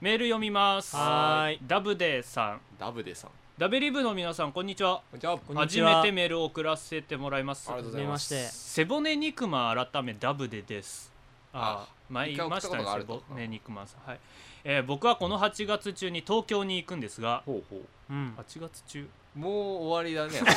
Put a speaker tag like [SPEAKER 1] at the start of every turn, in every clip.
[SPEAKER 1] メール読みます
[SPEAKER 2] はーい
[SPEAKER 1] ダブデーさん
[SPEAKER 3] ダブデさんこ
[SPEAKER 1] ダベリブの皆さんこんにちは
[SPEAKER 3] んにちは
[SPEAKER 2] こんにちは
[SPEAKER 1] 初めてメールを送らせてもらいます
[SPEAKER 3] ありがとうございます
[SPEAKER 2] はじめま
[SPEAKER 1] 背骨肉まん改めダブデですああ
[SPEAKER 3] あ
[SPEAKER 1] 前言いましたね
[SPEAKER 3] 一回送ったことがある
[SPEAKER 1] 背
[SPEAKER 3] と
[SPEAKER 1] 骨肉まんさんはい、えー僕はこの8月中に東京に行くんですが
[SPEAKER 3] ほうほう
[SPEAKER 2] うん、
[SPEAKER 1] 8月中
[SPEAKER 3] もう終わりだね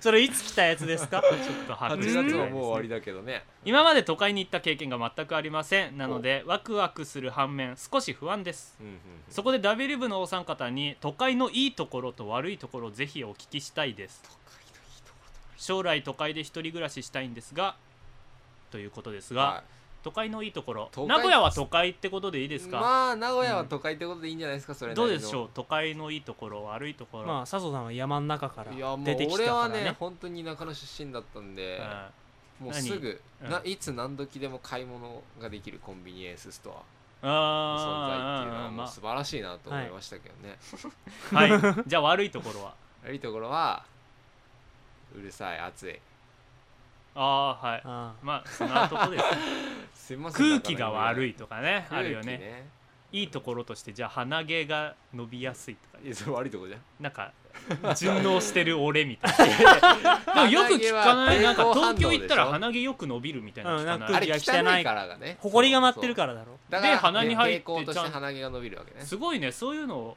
[SPEAKER 2] それいつ来たやつ です か
[SPEAKER 1] ちょっと
[SPEAKER 3] 8
[SPEAKER 1] 把握してないで
[SPEAKER 3] 月
[SPEAKER 1] す
[SPEAKER 3] は
[SPEAKER 1] ね
[SPEAKER 3] もう終わりだけどね
[SPEAKER 1] 今まで都会に行った経験が全くありませんなのでワクワクする反面少し不安です
[SPEAKER 3] うんうんうん
[SPEAKER 1] そこでダビリブのお三方に都会のいいところと悪いところをぜひお聞きしたいです
[SPEAKER 3] 都会のいいとこ
[SPEAKER 1] 将来都会で一人暮らししたいんですがということです
[SPEAKER 3] ろ
[SPEAKER 1] が、
[SPEAKER 3] は
[SPEAKER 1] 都会のいいところ
[SPEAKER 3] 都会
[SPEAKER 1] 名古屋は都会ってことでいい
[SPEAKER 3] い
[SPEAKER 1] ですか、
[SPEAKER 3] まあ名古屋は都会ってことでいいんじゃないですかそれなり
[SPEAKER 1] ど
[SPEAKER 3] の
[SPEAKER 1] うでしょう都会のいいところ悪いところ、
[SPEAKER 2] まあ佐藤さんは山の中から
[SPEAKER 3] いやもう
[SPEAKER 2] 出てきた
[SPEAKER 3] 俺
[SPEAKER 2] から
[SPEAKER 3] はね
[SPEAKER 2] ね
[SPEAKER 3] 本当に田舎の出身だったんで、
[SPEAKER 1] うん
[SPEAKER 3] もうすぐ、
[SPEAKER 1] 何
[SPEAKER 3] な
[SPEAKER 1] うん
[SPEAKER 3] いつ何時でも買い物ができるコンビニエンスストアの存在っていうの
[SPEAKER 1] あ
[SPEAKER 3] は
[SPEAKER 1] ー
[SPEAKER 3] もう素晴らしいなと思いましたけどね、
[SPEAKER 1] まあはいじゃあ悪いところは
[SPEAKER 3] 悪いところはうるさい暑い
[SPEAKER 1] ああはい
[SPEAKER 2] ああ
[SPEAKER 1] まあそんなとこですね
[SPEAKER 3] すいません
[SPEAKER 1] 空気が悪いとかねあ
[SPEAKER 3] 空気
[SPEAKER 1] るよねいいところとしてじゃあ鼻毛が伸びやすいとか
[SPEAKER 3] いやそれ悪いとこじゃん
[SPEAKER 1] なんか順応してる俺みたい なでもよく聞かないなんか東京行ったら鼻毛よく伸びるみたいなの聞か
[SPEAKER 2] うん
[SPEAKER 1] な
[SPEAKER 2] ないん
[SPEAKER 3] あ
[SPEAKER 2] か
[SPEAKER 3] れ
[SPEAKER 2] 空気が汚い
[SPEAKER 3] 汚いからがね
[SPEAKER 2] 埃が舞ってる
[SPEAKER 3] ら
[SPEAKER 2] からだろ
[SPEAKER 3] だから
[SPEAKER 1] で鼻に入って
[SPEAKER 3] 抵抗とし
[SPEAKER 1] ちゃ
[SPEAKER 3] て
[SPEAKER 1] ん
[SPEAKER 3] 鼻毛が伸びるわけね
[SPEAKER 1] すごいねそういうのを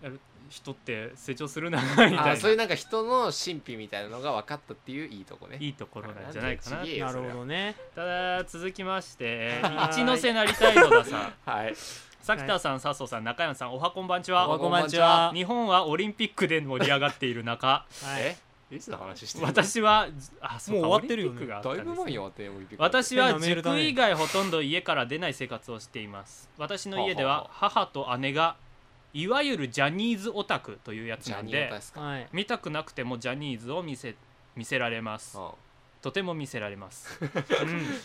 [SPEAKER 1] やる人って成長するなみたいな
[SPEAKER 3] あそういうなんか人の神秘みたいなのが分かったっていういいとこね
[SPEAKER 1] いいところなんじゃないかな
[SPEAKER 3] あなんでちげえよ
[SPEAKER 2] なるほどね
[SPEAKER 1] ただ続きま して
[SPEAKER 2] はーい
[SPEAKER 1] 一ノ瀬成田井戸田さん
[SPEAKER 3] はい
[SPEAKER 1] 咲田さん笹生さん中山さんおはこんばんち
[SPEAKER 2] おは
[SPEAKER 1] は
[SPEAKER 2] こんばんちは、
[SPEAKER 1] 日本はオリンピックで盛り上がっている 中
[SPEAKER 2] はい
[SPEAKER 3] え、いつの話してる
[SPEAKER 1] 私はあそうか
[SPEAKER 2] もう終わってるよね
[SPEAKER 1] オリンピックがあった
[SPEAKER 3] だ
[SPEAKER 1] ん
[SPEAKER 3] い
[SPEAKER 1] ですね
[SPEAKER 3] ぶ前に終わったよオリンピック
[SPEAKER 1] 私は
[SPEAKER 2] 変なメールだ
[SPEAKER 1] 塾
[SPEAKER 2] ね
[SPEAKER 1] 以外ほとんど家から出ない生活をしています私の家では
[SPEAKER 3] は
[SPEAKER 1] 母と姉がいわゆるジャニーズオタクというやつ
[SPEAKER 3] ジ
[SPEAKER 1] な
[SPEAKER 3] ャ
[SPEAKER 1] ん
[SPEAKER 3] ニー
[SPEAKER 1] で
[SPEAKER 3] オタですか、
[SPEAKER 2] はい、
[SPEAKER 1] 見たくなくてもジャニーズを見せ見せられます
[SPEAKER 3] うん
[SPEAKER 1] とても見せられます、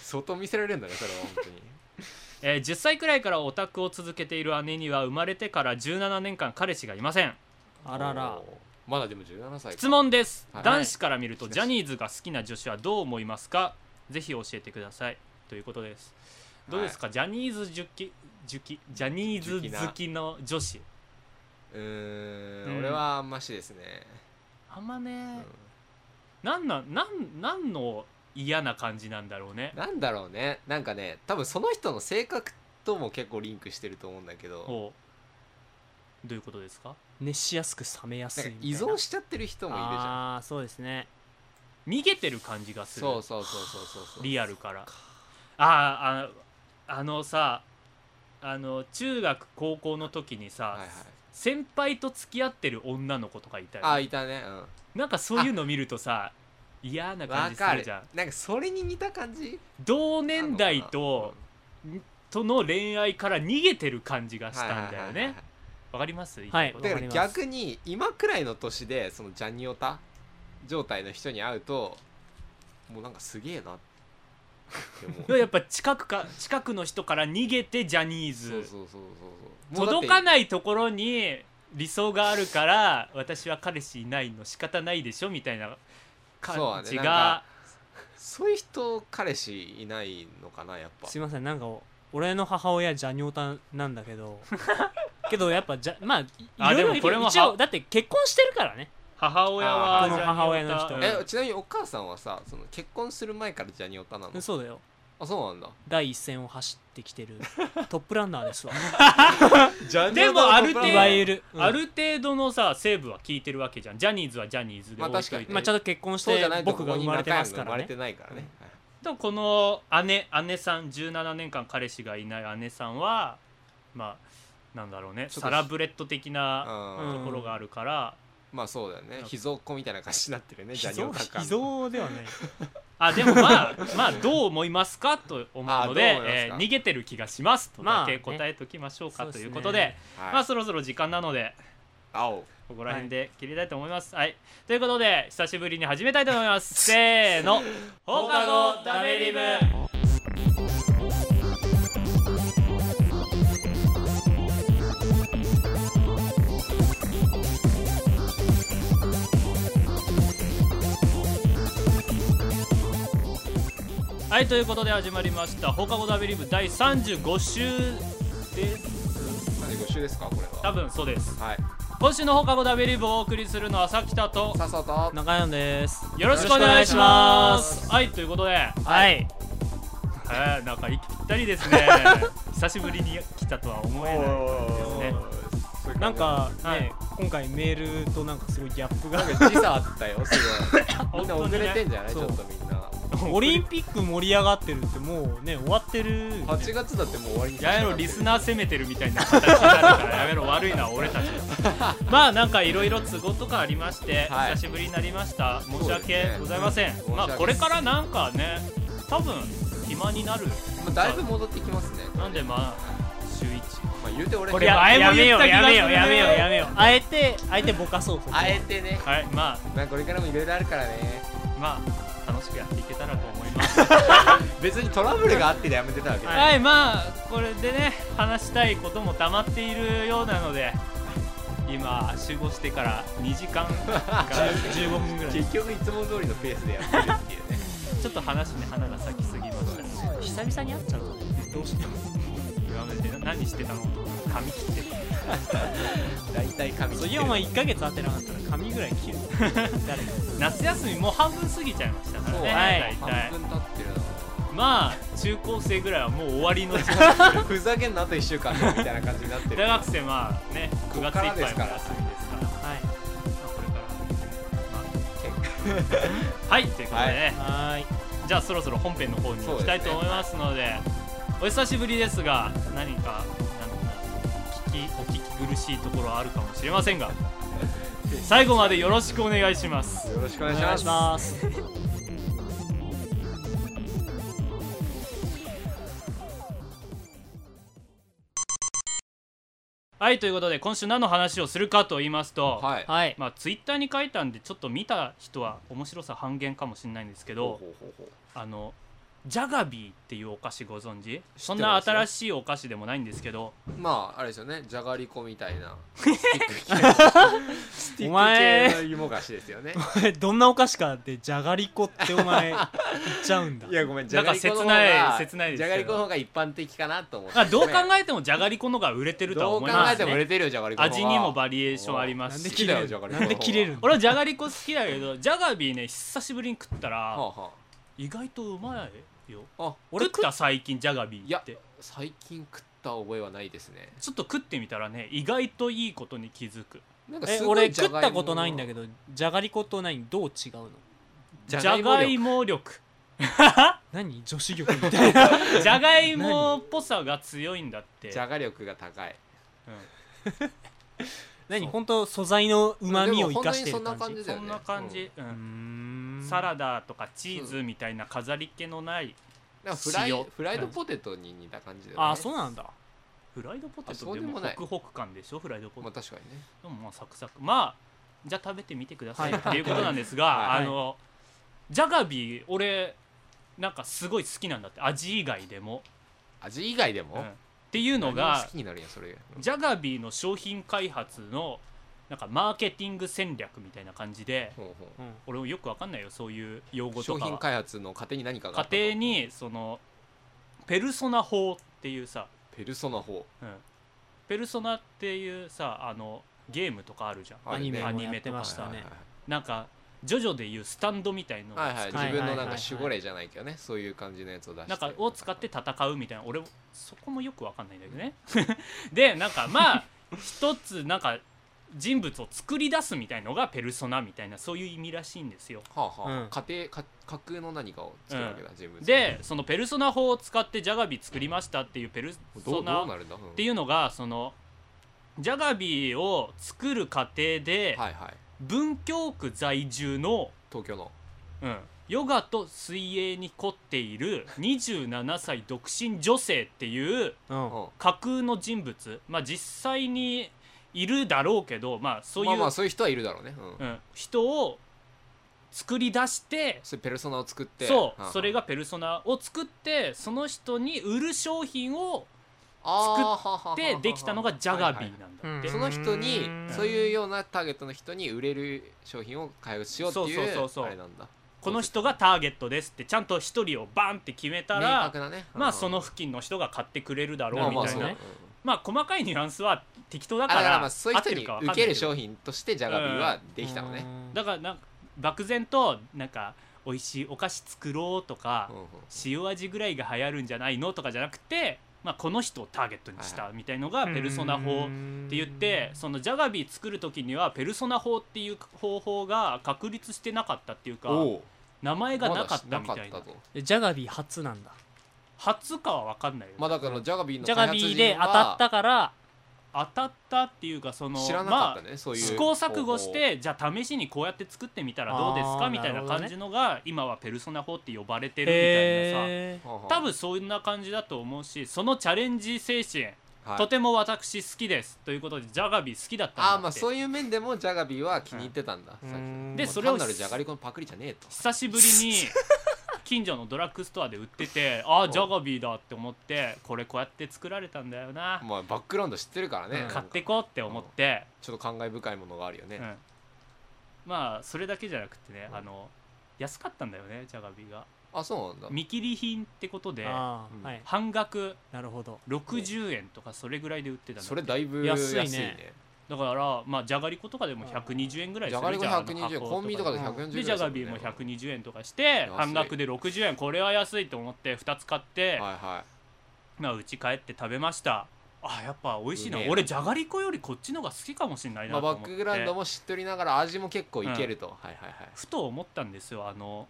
[SPEAKER 3] 相当見せられるんだねそれは本当に
[SPEAKER 1] えー10歳くらいからオタクを続けている姉には生まれてから17年間彼氏がいません
[SPEAKER 2] あらら
[SPEAKER 3] おーまだでも17歳か
[SPEAKER 1] 質問です、
[SPEAKER 3] はい
[SPEAKER 1] 男子から見るとジャニーズが好きな女子はどう思いますかぜひ教えてくださいということですどうですか、ジャニーズ好き好きジャニーズ好きの女子
[SPEAKER 3] うー
[SPEAKER 1] うん
[SPEAKER 3] ん俺はあんましですね、
[SPEAKER 1] あんま
[SPEAKER 3] うん
[SPEAKER 1] ね、なんなんなんなんの嫌な感じなんだろうね
[SPEAKER 3] なんだろうねなんかね多分その人の性格とも結構リンクしてると思うんだけど
[SPEAKER 1] ほうどういうことですか
[SPEAKER 2] 熱しやすく冷めや
[SPEAKER 3] な
[SPEAKER 2] す
[SPEAKER 3] ん
[SPEAKER 2] い
[SPEAKER 3] か
[SPEAKER 2] みたい
[SPEAKER 3] 依
[SPEAKER 2] な
[SPEAKER 3] 存しちゃってる人もいるじゃん
[SPEAKER 2] ああそうですね
[SPEAKER 1] 逃げてる感じがする
[SPEAKER 3] そうそうそうそうそうそう
[SPEAKER 1] リアルからあーああのさあの中学高校の時にさ、
[SPEAKER 3] はいはい
[SPEAKER 1] 先輩と付き合ってる女の子とかいたよね、
[SPEAKER 3] あいたねうん
[SPEAKER 1] なんかそういうの見るとさ嫌な
[SPEAKER 3] わ
[SPEAKER 1] 感じす
[SPEAKER 3] か
[SPEAKER 1] る
[SPEAKER 3] る
[SPEAKER 1] じゃん
[SPEAKER 3] なんかそれに似た感じ
[SPEAKER 1] 同年代ととの恋愛から逃げてる感じがしたんだよ
[SPEAKER 3] はいはいはいはい
[SPEAKER 1] ねわかります
[SPEAKER 2] はい
[SPEAKER 1] 言
[SPEAKER 3] だ
[SPEAKER 1] ってる
[SPEAKER 3] か
[SPEAKER 2] わり
[SPEAKER 3] ら
[SPEAKER 2] ます
[SPEAKER 3] 逆に今くらいの年でそのジャニオタ状態の人に会うともうなんかすげえなって思う
[SPEAKER 1] ことやっぱ近くか近くの人から逃げてジャニー
[SPEAKER 3] そうそう
[SPEAKER 1] ズ
[SPEAKER 3] そうそうそう
[SPEAKER 1] 届か
[SPEAKER 3] な
[SPEAKER 1] な
[SPEAKER 3] い
[SPEAKER 1] いところに理想があるから私は彼氏いないの仕方ないでしょみたいな感じ
[SPEAKER 3] そうだねなん
[SPEAKER 1] が
[SPEAKER 3] かそういう人彼氏いないのかなやっぱ
[SPEAKER 2] すいませんなんかお俺の母親ジャニオタなんだけど けどやっぱじゃまあい
[SPEAKER 1] あ
[SPEAKER 2] いろい
[SPEAKER 1] で
[SPEAKER 2] ろ
[SPEAKER 1] も
[SPEAKER 2] いる
[SPEAKER 1] これも
[SPEAKER 2] 一
[SPEAKER 1] は
[SPEAKER 2] 応だって結婚してるからね
[SPEAKER 1] 母親は
[SPEAKER 3] あー
[SPEAKER 1] ジャ
[SPEAKER 3] この
[SPEAKER 1] ニオタ
[SPEAKER 2] 母親の人
[SPEAKER 1] うん
[SPEAKER 3] えちなみにお母さんはさその結婚する前からジャニオタなの
[SPEAKER 2] そうだよ
[SPEAKER 3] あそうなんだ
[SPEAKER 2] 第一線を走ってきてるトップランナー ですわ
[SPEAKER 3] ジャ
[SPEAKER 1] でもある程
[SPEAKER 2] い
[SPEAKER 1] 度
[SPEAKER 2] わゆる、うん
[SPEAKER 1] ある程度のさセーブは聞いてるわけじゃんジャニーズはジャニーズで
[SPEAKER 3] まあ
[SPEAKER 1] 置いとい
[SPEAKER 3] 確
[SPEAKER 1] て、
[SPEAKER 3] かに
[SPEAKER 2] まあちゃんと結婚し
[SPEAKER 3] そうじ
[SPEAKER 2] て
[SPEAKER 3] ゃないと
[SPEAKER 2] 僕が生まれてますか
[SPEAKER 3] 生ま
[SPEAKER 2] ら
[SPEAKER 3] れ
[SPEAKER 2] ね
[SPEAKER 3] てないからね、はい
[SPEAKER 1] とこの姉姉さん17年間彼氏がいない姉さんはまあなんだろうね
[SPEAKER 3] ちょっと
[SPEAKER 1] サラブレッド的な
[SPEAKER 3] うん
[SPEAKER 1] ところがあるから、
[SPEAKER 3] まあそうだよね
[SPEAKER 1] うん
[SPEAKER 3] 秘蔵っ子みたいな感じになってるねジ
[SPEAKER 2] 秘
[SPEAKER 3] ャニオ
[SPEAKER 2] 蔵
[SPEAKER 3] タ感
[SPEAKER 2] 秘蔵ではない
[SPEAKER 1] あでもま あまあどう思いますかと思うので
[SPEAKER 3] あどう思います
[SPEAKER 1] え
[SPEAKER 3] か
[SPEAKER 1] ー逃げてる気がしますとだけ
[SPEAKER 2] まあね
[SPEAKER 1] 答えときましょうか、
[SPEAKER 2] そうで
[SPEAKER 1] と
[SPEAKER 2] す
[SPEAKER 1] い
[SPEAKER 2] ね
[SPEAKER 1] うことでま
[SPEAKER 3] は
[SPEAKER 1] あ
[SPEAKER 3] い
[SPEAKER 1] そろそろ時間なので
[SPEAKER 3] 青
[SPEAKER 1] ここら辺で切りたいと思いますはい、ということで久しぶりに始めたいと思いますせーの放課後ダメリブはいということで始まりました放課後ダメリブ第35週です
[SPEAKER 3] 35週ですかこれは
[SPEAKER 1] 多分そうです
[SPEAKER 3] はい
[SPEAKER 1] 今週の放課後ダベリブをお送りするのはさきたと
[SPEAKER 3] さっさと
[SPEAKER 2] 中山です
[SPEAKER 1] よろしくお願いします
[SPEAKER 2] よろしくお願いします
[SPEAKER 1] はいということで
[SPEAKER 2] はい
[SPEAKER 1] えー、なんか息ぴったりです ね久しぶりに来たとは思えないね
[SPEAKER 3] そういう感じ
[SPEAKER 2] なんかね、
[SPEAKER 1] はい
[SPEAKER 2] 今回メールとなんかすごいギャップ が
[SPEAKER 3] なんか時差あったよすごいみんな
[SPEAKER 1] 本当
[SPEAKER 3] 遅
[SPEAKER 1] にね
[SPEAKER 3] れてんじゃないち
[SPEAKER 2] そ
[SPEAKER 3] ょ
[SPEAKER 2] う
[SPEAKER 3] っとみんな
[SPEAKER 2] オリンピック盛り上がってるってもうね終わってるよね
[SPEAKER 3] 8月だってもう終わりに差し
[SPEAKER 1] やめ
[SPEAKER 3] 掛
[SPEAKER 1] ろ
[SPEAKER 3] かって
[SPEAKER 1] リ
[SPEAKER 3] る
[SPEAKER 1] スナー責めてるみたいな形になるからやめろ悪いな俺たち まあなんかいろいろ都合とかありまして、
[SPEAKER 3] はい
[SPEAKER 1] 久しぶりになりました申し
[SPEAKER 3] そう
[SPEAKER 1] 訳
[SPEAKER 3] ですね
[SPEAKER 1] ございません、
[SPEAKER 3] う
[SPEAKER 1] ま
[SPEAKER 3] ん
[SPEAKER 1] あ
[SPEAKER 3] 申し訳ない
[SPEAKER 1] これからなんかね多分暇になる
[SPEAKER 3] まあだいぶ戻ってきますね
[SPEAKER 1] なんでまあ週1
[SPEAKER 3] まあ言うて俺
[SPEAKER 1] こ
[SPEAKER 2] い
[SPEAKER 1] れ
[SPEAKER 2] や
[SPEAKER 1] 前
[SPEAKER 2] や
[SPEAKER 1] も
[SPEAKER 2] め
[SPEAKER 1] 言
[SPEAKER 2] よ
[SPEAKER 1] っ
[SPEAKER 2] う
[SPEAKER 1] た気
[SPEAKER 2] や
[SPEAKER 1] がす
[SPEAKER 2] め
[SPEAKER 1] る
[SPEAKER 2] ようやめようやめようあえてあえてぼかそうここ
[SPEAKER 3] あえてね
[SPEAKER 1] はいま
[SPEAKER 3] まあこれからもいろいろあるからね
[SPEAKER 1] あまあ楽しくやっていけたらと思います
[SPEAKER 3] 別にトラブルがあってでやめてたわけじゃない
[SPEAKER 1] はいまあこれでね話したいことも溜まっているようなので今集合してから2時間 から
[SPEAKER 2] 15分ぐらい
[SPEAKER 3] 結局いつも通りのペースでやってるっていうね
[SPEAKER 1] ちょっと話に花が咲きすぎましたね
[SPEAKER 2] 久々に会っちゃうとどうしよ
[SPEAKER 1] 何してたの髪切ってる
[SPEAKER 3] 大体髪
[SPEAKER 2] う
[SPEAKER 3] 切
[SPEAKER 2] そう
[SPEAKER 3] って
[SPEAKER 2] い
[SPEAKER 3] る
[SPEAKER 2] やお前1ヶ月会ってなかったら髪ぐらい 切る誰か
[SPEAKER 1] 夏休みもう半分過ぎちゃいましたから
[SPEAKER 3] そう
[SPEAKER 1] ね
[SPEAKER 3] はい
[SPEAKER 1] 大体
[SPEAKER 3] 半分経ってる
[SPEAKER 1] まあ中高生ぐらいはもう終わりの時期
[SPEAKER 3] なふざけんなあと1週間みたいな感じになってる
[SPEAKER 1] 大学生まあね
[SPEAKER 3] こ
[SPEAKER 1] 9
[SPEAKER 3] っ
[SPEAKER 1] 月いっぱ
[SPEAKER 3] か
[SPEAKER 1] いも
[SPEAKER 3] ら
[SPEAKER 1] 休み
[SPEAKER 3] で
[SPEAKER 1] ですす
[SPEAKER 3] か
[SPEAKER 1] からら
[SPEAKER 2] はい
[SPEAKER 1] まあこれから はいということでね、
[SPEAKER 2] はーい
[SPEAKER 1] じゃあそろそろ本編の方に行きたいと思いますのでお久しぶりですが何かなんか聞きお聞き苦しいところはあるかもしれません が最後までよろしくお願いします
[SPEAKER 3] よろしくお願い
[SPEAKER 2] お
[SPEAKER 3] し
[SPEAKER 2] 願
[SPEAKER 3] ま
[SPEAKER 2] いし
[SPEAKER 3] す
[SPEAKER 2] ます
[SPEAKER 1] はいということで今週何の話をするかと言いますと、
[SPEAKER 3] はい
[SPEAKER 2] はい
[SPEAKER 1] まあ、ツイッターに書いたんでちょっと見た人は面白さ半減かもしれないんですけど
[SPEAKER 3] ほうほうほうほう
[SPEAKER 1] あのジャガビーっていうお菓子ご存知
[SPEAKER 3] す
[SPEAKER 1] そんな新しいお菓子でもないんですけど
[SPEAKER 3] まああれですよねじゃがりこみたいなスティック系
[SPEAKER 2] お前
[SPEAKER 3] スティック系の芋菓子ですよね
[SPEAKER 2] どんなお菓子かってじゃがりこってお 前言っちゃうんだ
[SPEAKER 3] いやごめんじ
[SPEAKER 1] な
[SPEAKER 3] ゃ
[SPEAKER 1] ん
[SPEAKER 3] が
[SPEAKER 1] か
[SPEAKER 3] りこの方
[SPEAKER 1] 切な
[SPEAKER 3] が
[SPEAKER 1] い切ないですけど
[SPEAKER 3] じゃがりこの方が一般的かなと思って、
[SPEAKER 1] あどう考
[SPEAKER 3] え
[SPEAKER 1] えてもじゃがりこのが売れてるとは
[SPEAKER 3] どう考
[SPEAKER 1] 思いま
[SPEAKER 3] えて
[SPEAKER 1] す
[SPEAKER 3] も売れ
[SPEAKER 1] ね
[SPEAKER 3] てるよじゃがりこの方が
[SPEAKER 1] 味にもバリエーションありま
[SPEAKER 2] な
[SPEAKER 1] す
[SPEAKER 2] んで
[SPEAKER 1] し
[SPEAKER 2] 切れ
[SPEAKER 3] 好きだよじゃ
[SPEAKER 2] る
[SPEAKER 3] がりこ
[SPEAKER 2] なんで切れるの
[SPEAKER 1] 俺はじゃがりこ好きだけどジャガビーね久しぶりに食った
[SPEAKER 3] は
[SPEAKER 1] ら
[SPEAKER 3] あは
[SPEAKER 1] 意外とうまいよ
[SPEAKER 3] ああ
[SPEAKER 1] 俺食った最近ジャガビ
[SPEAKER 3] い
[SPEAKER 1] ーっ
[SPEAKER 3] や
[SPEAKER 1] て
[SPEAKER 3] 最近食った覚えはないですね
[SPEAKER 1] ちょっと食ってみたらね意外といいことに気づく
[SPEAKER 3] なんか
[SPEAKER 2] え
[SPEAKER 3] すごい
[SPEAKER 2] 俺
[SPEAKER 3] じゃ
[SPEAKER 2] 食
[SPEAKER 3] が
[SPEAKER 2] っ
[SPEAKER 3] いも
[SPEAKER 2] たことないんだけどじゃがりこと何どう違うの
[SPEAKER 1] じ
[SPEAKER 3] じ
[SPEAKER 1] ゃ
[SPEAKER 3] ゃ
[SPEAKER 1] が
[SPEAKER 3] が
[SPEAKER 1] い
[SPEAKER 3] い
[SPEAKER 1] も力
[SPEAKER 2] 何女子力みた いな
[SPEAKER 1] じゃがいもっぽさが強いんだって
[SPEAKER 3] じゃが力が高い
[SPEAKER 2] 何本当素材のうまみを生かしてる
[SPEAKER 3] でも本当
[SPEAKER 2] 感
[SPEAKER 3] に
[SPEAKER 2] じ
[SPEAKER 1] そんな感じ、う
[SPEAKER 2] うんーん
[SPEAKER 1] サラダとかチーズみたいな飾り気のない
[SPEAKER 3] なんかフライ
[SPEAKER 1] 塩
[SPEAKER 3] フライドポテトに似た感じだよね
[SPEAKER 2] あそうなんだ
[SPEAKER 1] フライドポテ
[SPEAKER 3] あ
[SPEAKER 1] ト
[SPEAKER 3] そう
[SPEAKER 1] で
[SPEAKER 3] でも
[SPEAKER 1] も
[SPEAKER 3] ない
[SPEAKER 1] ホクホク感でしょフライドポ
[SPEAKER 3] まあ
[SPEAKER 1] テト
[SPEAKER 3] 確かにね
[SPEAKER 1] でもまあサクサクまあじゃあ食べてみてください
[SPEAKER 2] はい
[SPEAKER 1] っていうことなんですが、
[SPEAKER 3] はい
[SPEAKER 1] あのジャガビー俺なんかすごい好きなんだって味以外でも、
[SPEAKER 3] 味以外でも、
[SPEAKER 1] うんっていうの
[SPEAKER 3] 何
[SPEAKER 1] が
[SPEAKER 3] 好きになるやんそれ
[SPEAKER 1] ジャガビーの商品開発のなんかマーケティング戦略みたいな感じで
[SPEAKER 3] ほうほ
[SPEAKER 2] うん
[SPEAKER 1] 俺もよくわかんないよそういう用
[SPEAKER 3] う
[SPEAKER 1] 語と
[SPEAKER 3] 商
[SPEAKER 1] か
[SPEAKER 3] 品
[SPEAKER 1] は
[SPEAKER 3] 開発の過程に何かが
[SPEAKER 1] 家
[SPEAKER 3] あったと
[SPEAKER 1] 庭にそのペルソナ法っていうさ、
[SPEAKER 3] ペルソナ法
[SPEAKER 1] うん、ペルソナっていうさあのゲームとかあるじゃん
[SPEAKER 2] ア
[SPEAKER 3] あるね
[SPEAKER 2] ニメもやってました
[SPEAKER 3] はい
[SPEAKER 2] ね
[SPEAKER 3] はいはい
[SPEAKER 1] なんかジョジョでいうスタンドみたいのを使
[SPEAKER 3] はい
[SPEAKER 1] っ
[SPEAKER 3] はい、
[SPEAKER 2] 使い
[SPEAKER 3] 自分の
[SPEAKER 2] は
[SPEAKER 3] ないん
[SPEAKER 2] はいは
[SPEAKER 3] か
[SPEAKER 2] い
[SPEAKER 3] 守護霊じゃないけどねそういう感じのやつを出して
[SPEAKER 1] なんかを使って戦うみたいな俺そこもよくわかんないんだけどねでなんかまあ一つなんか人物を作り出すみたいのがペルソナみたいなそういう意味らしいんですよ
[SPEAKER 3] はあはあ、
[SPEAKER 2] うん
[SPEAKER 3] 家庭か架空の何かを作るわけだ、自分
[SPEAKER 1] でそのペルソナ法を使ってジャガビ作りましたっていうペル
[SPEAKER 3] ど
[SPEAKER 1] ソ
[SPEAKER 3] うど
[SPEAKER 1] ナ
[SPEAKER 3] う
[SPEAKER 1] っ
[SPEAKER 3] なるんだ、うん
[SPEAKER 1] ていうのがそのジャガビを作る過程で
[SPEAKER 3] はいはい
[SPEAKER 1] 文京区在住の、
[SPEAKER 3] 東京の
[SPEAKER 1] うん、ヨガと水泳に凝っている27歳独身女性っていう
[SPEAKER 2] うん
[SPEAKER 3] うん
[SPEAKER 1] 架空の人物まあ実際にいるだろうけどまあそう
[SPEAKER 3] ま
[SPEAKER 1] い
[SPEAKER 3] あ
[SPEAKER 1] う、
[SPEAKER 3] まあそういう人はいるだろうね、うん
[SPEAKER 1] うん、人を作り出して
[SPEAKER 3] そういうペルソナを作って
[SPEAKER 1] そう、
[SPEAKER 3] んん
[SPEAKER 1] それがペルソナを作ってその人に売る商品を
[SPEAKER 3] あーははは
[SPEAKER 1] でできたのがジャガビ
[SPEAKER 3] はい
[SPEAKER 1] ーなん
[SPEAKER 2] う
[SPEAKER 1] だっ
[SPEAKER 2] ん
[SPEAKER 1] て、
[SPEAKER 3] その人に
[SPEAKER 2] うん
[SPEAKER 3] そういうようなターゲットの人に売れる商品を開発しようって
[SPEAKER 1] そ
[SPEAKER 3] いう
[SPEAKER 1] うそうそうそう
[SPEAKER 3] あれなんだ
[SPEAKER 1] この人がターゲットですってちゃんと1人をバンって決めた
[SPEAKER 3] 明
[SPEAKER 1] ら
[SPEAKER 3] 確なね
[SPEAKER 1] まあその
[SPEAKER 3] 人
[SPEAKER 1] 付近の人が買ってくれるだろ
[SPEAKER 2] な
[SPEAKER 1] う
[SPEAKER 2] る
[SPEAKER 1] み
[SPEAKER 2] ほど
[SPEAKER 1] たいな
[SPEAKER 2] ね
[SPEAKER 1] まあ細かいニュアンスは適当だ
[SPEAKER 3] あ
[SPEAKER 1] か
[SPEAKER 3] だから
[SPEAKER 1] ら
[SPEAKER 3] まあそういう人に
[SPEAKER 1] 合って
[SPEAKER 3] 受ける商
[SPEAKER 1] 品
[SPEAKER 3] 品としてジャガビーはできたのね、
[SPEAKER 1] だからなんか漠然となんか美味しいお菓子作ろうとか、
[SPEAKER 3] うんうん
[SPEAKER 1] 塩味ぐらいが流行るんじゃないのとかじゃなくて、まあ、この人をターゲットにしたみたいのがペルソナ法って
[SPEAKER 2] て
[SPEAKER 1] 言ってそのジャガビー作る時にはペルソナ法っていう方法が確立してなかったっていうか
[SPEAKER 3] おう
[SPEAKER 1] 名前がなかったみ
[SPEAKER 3] ま
[SPEAKER 1] た
[SPEAKER 3] だ
[SPEAKER 1] い
[SPEAKER 3] し
[SPEAKER 1] な
[SPEAKER 3] かったと
[SPEAKER 2] ジャガビー初なんだ
[SPEAKER 1] 初かは分かんないよ、
[SPEAKER 3] まあだからジャガビーの
[SPEAKER 2] ジャガ
[SPEAKER 3] 開発
[SPEAKER 2] ビー
[SPEAKER 3] 陣
[SPEAKER 2] で当たったから
[SPEAKER 1] 当たったっていうかその
[SPEAKER 3] は知らなかったね、そういう
[SPEAKER 1] 試行錯誤し
[SPEAKER 3] 方
[SPEAKER 1] てじゃあ試しにこうやって作ってみたらどうです
[SPEAKER 2] あ
[SPEAKER 1] か
[SPEAKER 2] ー
[SPEAKER 1] みたいな感じのが、今はペルソナ法って呼ばれてるみたいなさ、
[SPEAKER 2] へ
[SPEAKER 3] 法はあはあ
[SPEAKER 1] 多分そんな感じだと思うしそのチャレンジ精神
[SPEAKER 3] はい
[SPEAKER 1] とても私好きですということでジャガビー好きだったんだって
[SPEAKER 3] ああまあそういう面でもジャガビーは気に入ってたんだ、
[SPEAKER 2] うん
[SPEAKER 3] さっき
[SPEAKER 2] うーん
[SPEAKER 1] で
[SPEAKER 3] まあ
[SPEAKER 1] それを
[SPEAKER 3] 単なるじゃがりこのパクリじゃねえと
[SPEAKER 1] 久しぶり に近所のドラッグストアで売っててああジャガビーだって思ってこれこうやって作られたんだよな、
[SPEAKER 3] まあバックグラウンド知ってるからね、
[SPEAKER 2] うん
[SPEAKER 1] 買ってこうって思って、
[SPEAKER 3] ちょっと感慨深いものがあるよね、
[SPEAKER 1] うんまあそれだけじゃなくてね、
[SPEAKER 3] うん
[SPEAKER 1] あの安かったんだよねジャガビーが
[SPEAKER 3] あそうなんだ
[SPEAKER 1] 見切り品ってこと
[SPEAKER 2] え
[SPEAKER 1] で
[SPEAKER 2] あ
[SPEAKER 3] うん
[SPEAKER 2] あはい
[SPEAKER 1] 半額
[SPEAKER 2] なるほど
[SPEAKER 1] 60円とかそれぐらいで売ってたんだって
[SPEAKER 3] それだいぶ安
[SPEAKER 2] 安
[SPEAKER 3] い
[SPEAKER 2] い
[SPEAKER 3] ね
[SPEAKER 2] ね
[SPEAKER 1] だからまあじゃがりことかでも120円ぐらい
[SPEAKER 3] じ
[SPEAKER 1] する
[SPEAKER 3] ゃがりこ
[SPEAKER 1] じゃんあの
[SPEAKER 3] 120円
[SPEAKER 1] 箱
[SPEAKER 3] コンビニとかで
[SPEAKER 2] うん
[SPEAKER 3] 140円
[SPEAKER 1] でジャガビーも120円とかして
[SPEAKER 3] 安い
[SPEAKER 1] 半額で60円これは安いと思って2つ買って、
[SPEAKER 3] はいは
[SPEAKER 1] まあうち帰って食べましたあやっぱ美味しいな
[SPEAKER 3] うめえな
[SPEAKER 1] 俺じゃがりこよりこっちのが好きかもしれない
[SPEAKER 3] い、
[SPEAKER 1] な
[SPEAKER 3] まあ、
[SPEAKER 1] と思
[SPEAKER 3] バ
[SPEAKER 1] って、
[SPEAKER 3] ックグラウンドも知っておりながら味も結構いけると、はいはいはい
[SPEAKER 1] ふと思ったんですよあの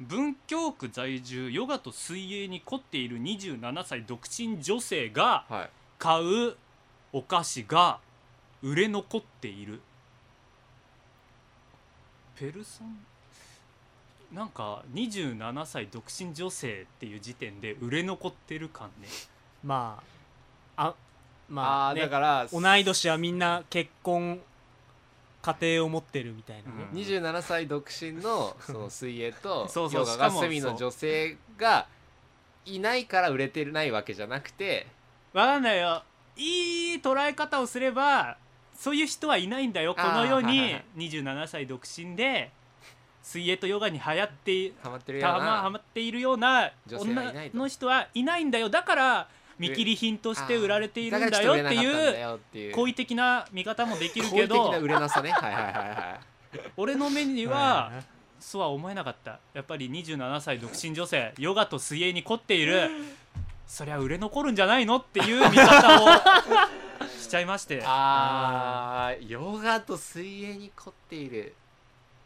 [SPEAKER 1] 文京区在住ヨガと水泳に凝っている27歳独身女性が
[SPEAKER 3] はい
[SPEAKER 1] 買うお菓子が売れ残っているペルソンなんか27歳独身女性っていう時点で売れ残ってる感ね
[SPEAKER 2] まああま
[SPEAKER 3] あ
[SPEAKER 2] あ
[SPEAKER 3] あ
[SPEAKER 2] ね
[SPEAKER 3] だから
[SPEAKER 2] 同い年はみんな結婚家庭を持ってるみたいなね、
[SPEAKER 1] うん
[SPEAKER 3] 27歳独身のその水泳 と
[SPEAKER 1] そうそう
[SPEAKER 3] ヨガ
[SPEAKER 1] しか
[SPEAKER 3] が
[SPEAKER 1] も
[SPEAKER 3] 隅の女性がいないから売れてないわけじゃなくて
[SPEAKER 1] わかんないよいい捉え方をすればそういう人はいないんだよこの世
[SPEAKER 3] あーはいはい
[SPEAKER 1] に
[SPEAKER 3] はい
[SPEAKER 1] 27歳独身で水泳とヨガに流行って
[SPEAKER 3] ハマってるよう
[SPEAKER 1] たまは
[SPEAKER 3] な
[SPEAKER 1] まっているような
[SPEAKER 3] 女性はい
[SPEAKER 1] 女
[SPEAKER 3] ないと
[SPEAKER 1] の人はいないんだよだから見切り品として売られているんだよっていう
[SPEAKER 3] い
[SPEAKER 1] 好意的な見方もできる
[SPEAKER 3] 好意
[SPEAKER 1] け
[SPEAKER 3] 的な
[SPEAKER 1] ど
[SPEAKER 3] 売れな さねはいはいはいはい
[SPEAKER 1] 俺の目には
[SPEAKER 2] ね
[SPEAKER 1] そうは思えなかったやっぱり27歳独身女性ヨガと水泳に凝っているそりゃ売れ残るんじゃないのっていう見 方をしちゃいまして流
[SPEAKER 3] あーヨガと水泳に凝っている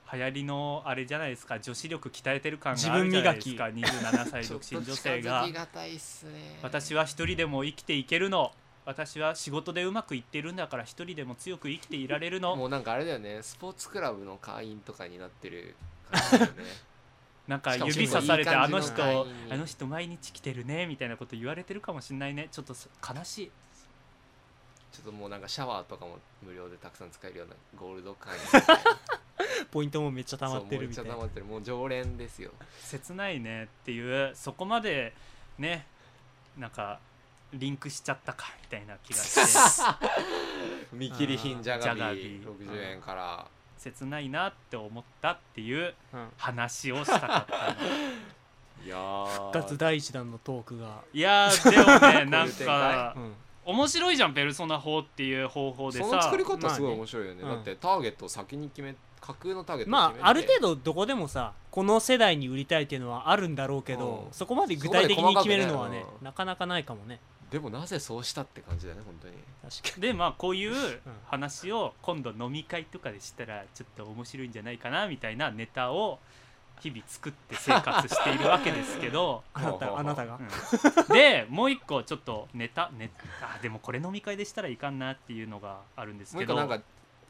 [SPEAKER 1] 行りのあれじゃないですか女子力鍛えてる感
[SPEAKER 2] 自
[SPEAKER 1] がある
[SPEAKER 2] 分
[SPEAKER 1] じゃな
[SPEAKER 2] 磨
[SPEAKER 1] いです
[SPEAKER 2] き
[SPEAKER 1] か27歳
[SPEAKER 3] ちょ
[SPEAKER 1] 独
[SPEAKER 3] っと近
[SPEAKER 1] 身女性
[SPEAKER 3] づ
[SPEAKER 1] が
[SPEAKER 3] き。がたいっすね
[SPEAKER 1] 私は一人でも生きていけるの私は仕事でうまくいってるんだから一人でも強く生きていられるの
[SPEAKER 3] もうなんかあれだよねスポーツクラブの会員とかになってる感じだ よね
[SPEAKER 1] なんか
[SPEAKER 3] しかも
[SPEAKER 1] 指さされて
[SPEAKER 3] いい
[SPEAKER 1] あ
[SPEAKER 3] 感じの
[SPEAKER 1] の人
[SPEAKER 3] 会員
[SPEAKER 1] あの人毎日来てるねみたいなこと言われてるかもしんないねちょっとそ悲しい
[SPEAKER 3] ちょっともうなんかシャワーとかも無料でたくさん使えるようなゴールド会員
[SPEAKER 2] ポイントもめっちゃ溜まって
[SPEAKER 3] そうもうめ
[SPEAKER 2] る
[SPEAKER 3] っ
[SPEAKER 2] み
[SPEAKER 3] ち
[SPEAKER 2] た
[SPEAKER 3] ゃ
[SPEAKER 2] いな
[SPEAKER 3] 溜まってるもう常連で すよ
[SPEAKER 1] 切ないねっていうそこまでねなんかリンクしちゃったかみたいな気がして
[SPEAKER 3] 見切り品じゃが
[SPEAKER 1] ジャガビ
[SPEAKER 3] ビー
[SPEAKER 1] ー
[SPEAKER 3] 60円から
[SPEAKER 1] 切ないなって思ったっていう
[SPEAKER 2] うん
[SPEAKER 1] 話をしたかったの
[SPEAKER 3] いやー
[SPEAKER 2] 復活第一弾のトークが、
[SPEAKER 1] いやーでもね
[SPEAKER 3] こ
[SPEAKER 1] な
[SPEAKER 3] うい
[SPEAKER 1] ん
[SPEAKER 3] う展開
[SPEAKER 1] か
[SPEAKER 2] うん
[SPEAKER 1] 面白いじゃんペルソナ法っていう方法でさ
[SPEAKER 3] その作り方すごい
[SPEAKER 2] まあね
[SPEAKER 3] 面白いよね,、
[SPEAKER 2] うん
[SPEAKER 3] だってターゲットを先に決め架空のターゲットを決めて
[SPEAKER 2] まあある程度どこでもさこの世代に売りたいっていうのはあるんだろうけど、
[SPEAKER 3] うん
[SPEAKER 2] そこまで具体的に決めるのはね
[SPEAKER 3] そこまで細かくねうん
[SPEAKER 2] なかなかないかもね
[SPEAKER 3] でもなぜそうしたって感じだよね本当に
[SPEAKER 2] 確か
[SPEAKER 1] でまあこういう話を今度飲み会とかでしたらちょっと面白いんじゃないかなみたいなネタを日々作って生活しているわけですけ ど、
[SPEAKER 2] にあな
[SPEAKER 3] ほうほうほう
[SPEAKER 2] たあなたが、
[SPEAKER 1] うんでもう一個ちょっとネタネあでもこれ飲み会でしたらいかんなっていうのがあるんです
[SPEAKER 3] も
[SPEAKER 1] け
[SPEAKER 3] う一個
[SPEAKER 1] ど
[SPEAKER 3] なんか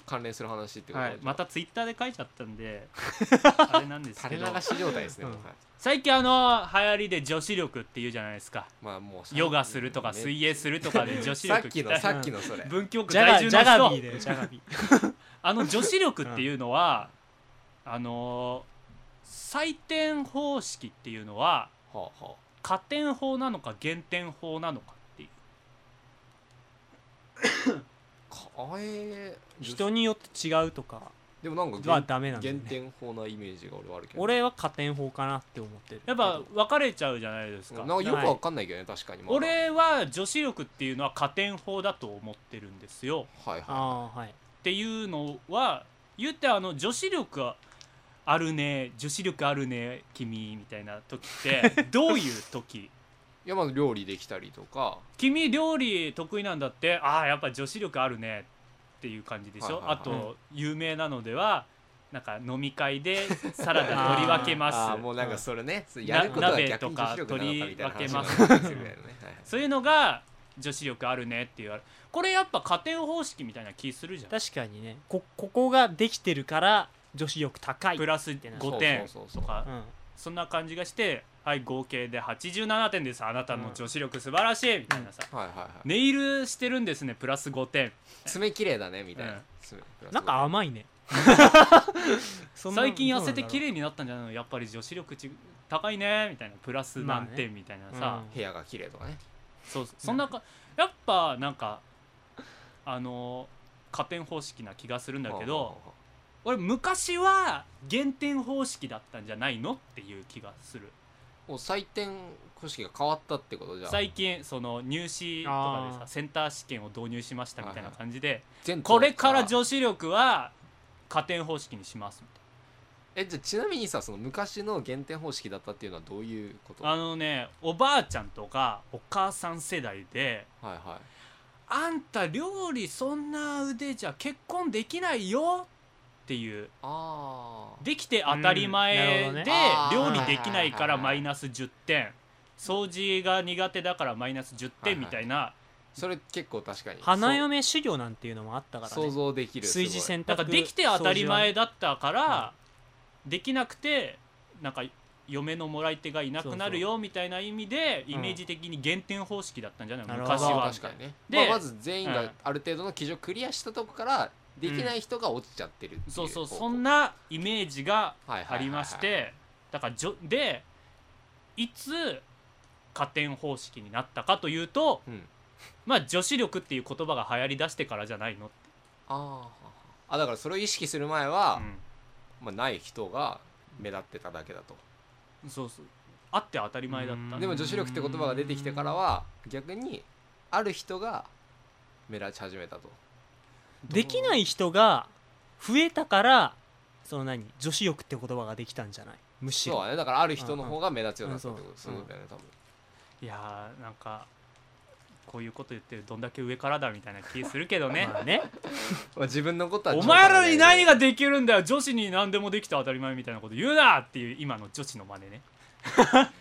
[SPEAKER 3] 関連する話ってこと
[SPEAKER 1] は
[SPEAKER 3] で
[SPEAKER 1] い、またツイッターで書いちゃったんで あれなんですけ
[SPEAKER 3] 垂れ
[SPEAKER 1] ど
[SPEAKER 3] 流し状態ですね、
[SPEAKER 2] うん
[SPEAKER 3] もうはい
[SPEAKER 1] 最近あの流行りで女子力っていうじゃないですか
[SPEAKER 3] まあもうさ
[SPEAKER 1] ヨガするとか
[SPEAKER 3] ね
[SPEAKER 1] 水泳するとかで女子
[SPEAKER 3] さっ
[SPEAKER 1] 力
[SPEAKER 3] き
[SPEAKER 1] 鍛
[SPEAKER 3] の
[SPEAKER 1] え
[SPEAKER 3] さっきのそれ
[SPEAKER 1] 文京区
[SPEAKER 2] ジャガ
[SPEAKER 1] 在
[SPEAKER 2] ジ
[SPEAKER 1] 住
[SPEAKER 2] ャガ
[SPEAKER 1] の
[SPEAKER 2] ビ
[SPEAKER 1] 人
[SPEAKER 2] ーだよジャガ ビー
[SPEAKER 1] あの女子力っていうのは、 あのー採点方式っていうのは
[SPEAKER 3] はあは
[SPEAKER 1] 加点法なのか減点法なのかっていう
[SPEAKER 3] あかえ
[SPEAKER 2] 人によって違うとか
[SPEAKER 3] ででもなんか
[SPEAKER 2] はダメなんだよ
[SPEAKER 3] 減
[SPEAKER 2] ね
[SPEAKER 3] 点法なイメージが俺はあるけど
[SPEAKER 2] 俺は加点法かなって思ってる
[SPEAKER 1] やっぱ別れちゃうじゃないですか
[SPEAKER 3] なんかよくわかんないけどね確かにまだ
[SPEAKER 1] 俺は女子力っていうのは加点法だと思ってるんですよ
[SPEAKER 3] はいは
[SPEAKER 2] ああはい
[SPEAKER 1] っていうのは言ってあの女子力はあるね女子力あるね君みたいな時って どういう時
[SPEAKER 3] いいやまず料理できたりとか
[SPEAKER 1] 君料理得意なんだってああやっぱ女子力あるねっていう感じでしょ、
[SPEAKER 3] はいはいはい
[SPEAKER 1] あと有名なのではなんか飲み会 でサラダ取り分けま
[SPEAKER 3] あー
[SPEAKER 1] す
[SPEAKER 3] もうなんかそれねそう
[SPEAKER 1] な
[SPEAKER 3] やることは
[SPEAKER 1] 鍋
[SPEAKER 3] 逆に女子力なのかみたいな話
[SPEAKER 1] とか
[SPEAKER 3] になってるみたいなねはいはい
[SPEAKER 1] そういうのが女子力あるねって言われるこれやっぱ加点方式みたいな気するじゃん
[SPEAKER 2] 確かにねこここができてるから女子力高い
[SPEAKER 1] プラス
[SPEAKER 2] そう
[SPEAKER 1] 5点
[SPEAKER 3] そうそ
[SPEAKER 1] と
[SPEAKER 3] うそう
[SPEAKER 1] か
[SPEAKER 2] うん
[SPEAKER 1] そんな感じがしてはい合計で87点ですあなたの女子力素晴らしいみたいなさ、
[SPEAKER 3] はいはいはい
[SPEAKER 1] ネイルしてるんですねプラス5点
[SPEAKER 3] 爪綺麗だねみたいな、
[SPEAKER 1] うん
[SPEAKER 3] 爪
[SPEAKER 2] なんか甘いねそんな
[SPEAKER 1] 最近痩せて綺麗になったんじゃないのやっぱり女子力ち高いねみたいなプラス何点みたいなさ、
[SPEAKER 2] まあねうん
[SPEAKER 3] 部屋が綺麗とかね
[SPEAKER 1] そうそんなかやっぱなんかあの加点方式な気がするんだけ
[SPEAKER 3] はあは
[SPEAKER 1] ど俺昔は減点方式だったんじゃないのっていう気がする
[SPEAKER 3] あはあお採点方式が変わったってことじゃあ
[SPEAKER 1] 最近その入試とかで
[SPEAKER 2] あー
[SPEAKER 1] さセンター試験を導入しましたみたいな感じで、
[SPEAKER 3] 全
[SPEAKER 1] これから
[SPEAKER 3] ゃ
[SPEAKER 1] 女子力は加点方式にしますみたい
[SPEAKER 3] えじゃあちなみにさその昔の減点方式だったっていうのはどういうこと
[SPEAKER 1] な
[SPEAKER 3] はい
[SPEAKER 1] あのねおばあちゃんとかお母さん世代で
[SPEAKER 3] は
[SPEAKER 1] 「あんた料理そんな腕じゃ結婚できないよ」っていう
[SPEAKER 3] いあ
[SPEAKER 1] できて当たり前
[SPEAKER 2] うんな
[SPEAKER 1] で
[SPEAKER 2] る
[SPEAKER 3] ほ
[SPEAKER 1] 料
[SPEAKER 3] どね
[SPEAKER 1] 理できないからマイナス10点掃除が苦手だからマイナス10点みたいな
[SPEAKER 3] あそれ結構確かに
[SPEAKER 2] 花嫁修行なんていうのもあったから
[SPEAKER 3] 想
[SPEAKER 2] ね
[SPEAKER 3] 像できるすごい
[SPEAKER 2] 炊事選
[SPEAKER 1] なん
[SPEAKER 2] 択
[SPEAKER 1] かできて当たり前
[SPEAKER 2] 掃
[SPEAKER 1] だったからできなくてなんか嫁のもらい手がいなくなるよみたいな意味で
[SPEAKER 2] ん
[SPEAKER 1] イメージ的に減点方式だったんじゃない
[SPEAKER 2] なるほど
[SPEAKER 1] 昔
[SPEAKER 3] まあ
[SPEAKER 1] は
[SPEAKER 3] 確かにね
[SPEAKER 1] で
[SPEAKER 3] まあ、まず全員
[SPEAKER 1] うん
[SPEAKER 3] がある程度の基準をクリアしたとこからできない人が落ちちゃってるってい
[SPEAKER 1] そうそう
[SPEAKER 3] 方向
[SPEAKER 1] そんなイメージが
[SPEAKER 3] はいは
[SPEAKER 1] あ
[SPEAKER 3] いはいはい
[SPEAKER 1] りましてだからじょでいつ加点方式になったかというと
[SPEAKER 3] うん
[SPEAKER 1] まあ女子力っていう言葉が流行りだしてからじゃないのって
[SPEAKER 3] あーあだからそれを意識する前は、
[SPEAKER 1] う
[SPEAKER 3] まあ、ない人が目立ってただけだと
[SPEAKER 1] んそうそうあって当たり前だっ
[SPEAKER 2] う
[SPEAKER 1] た
[SPEAKER 2] ん
[SPEAKER 3] でも女子力って言葉が出てきてからは逆にある人が目立ち始めたと
[SPEAKER 2] できない人が増えたからその何女子力って言葉ができたんじゃないむし
[SPEAKER 3] そう
[SPEAKER 2] ろ
[SPEAKER 3] だねだからある人の方が目立つようになったってこ
[SPEAKER 2] うんう
[SPEAKER 3] と
[SPEAKER 2] ん
[SPEAKER 3] そういうことだよね多分
[SPEAKER 1] いやーなんかこういうこと言ってるどんだけ上からだみたいな気するけど ね
[SPEAKER 2] まあね
[SPEAKER 3] まあ自分のこと は
[SPEAKER 1] お前らに何
[SPEAKER 3] が
[SPEAKER 1] ができるんだよ女子に何でもできた当たり前みたいなこと言うなっていう今の女子の真似ね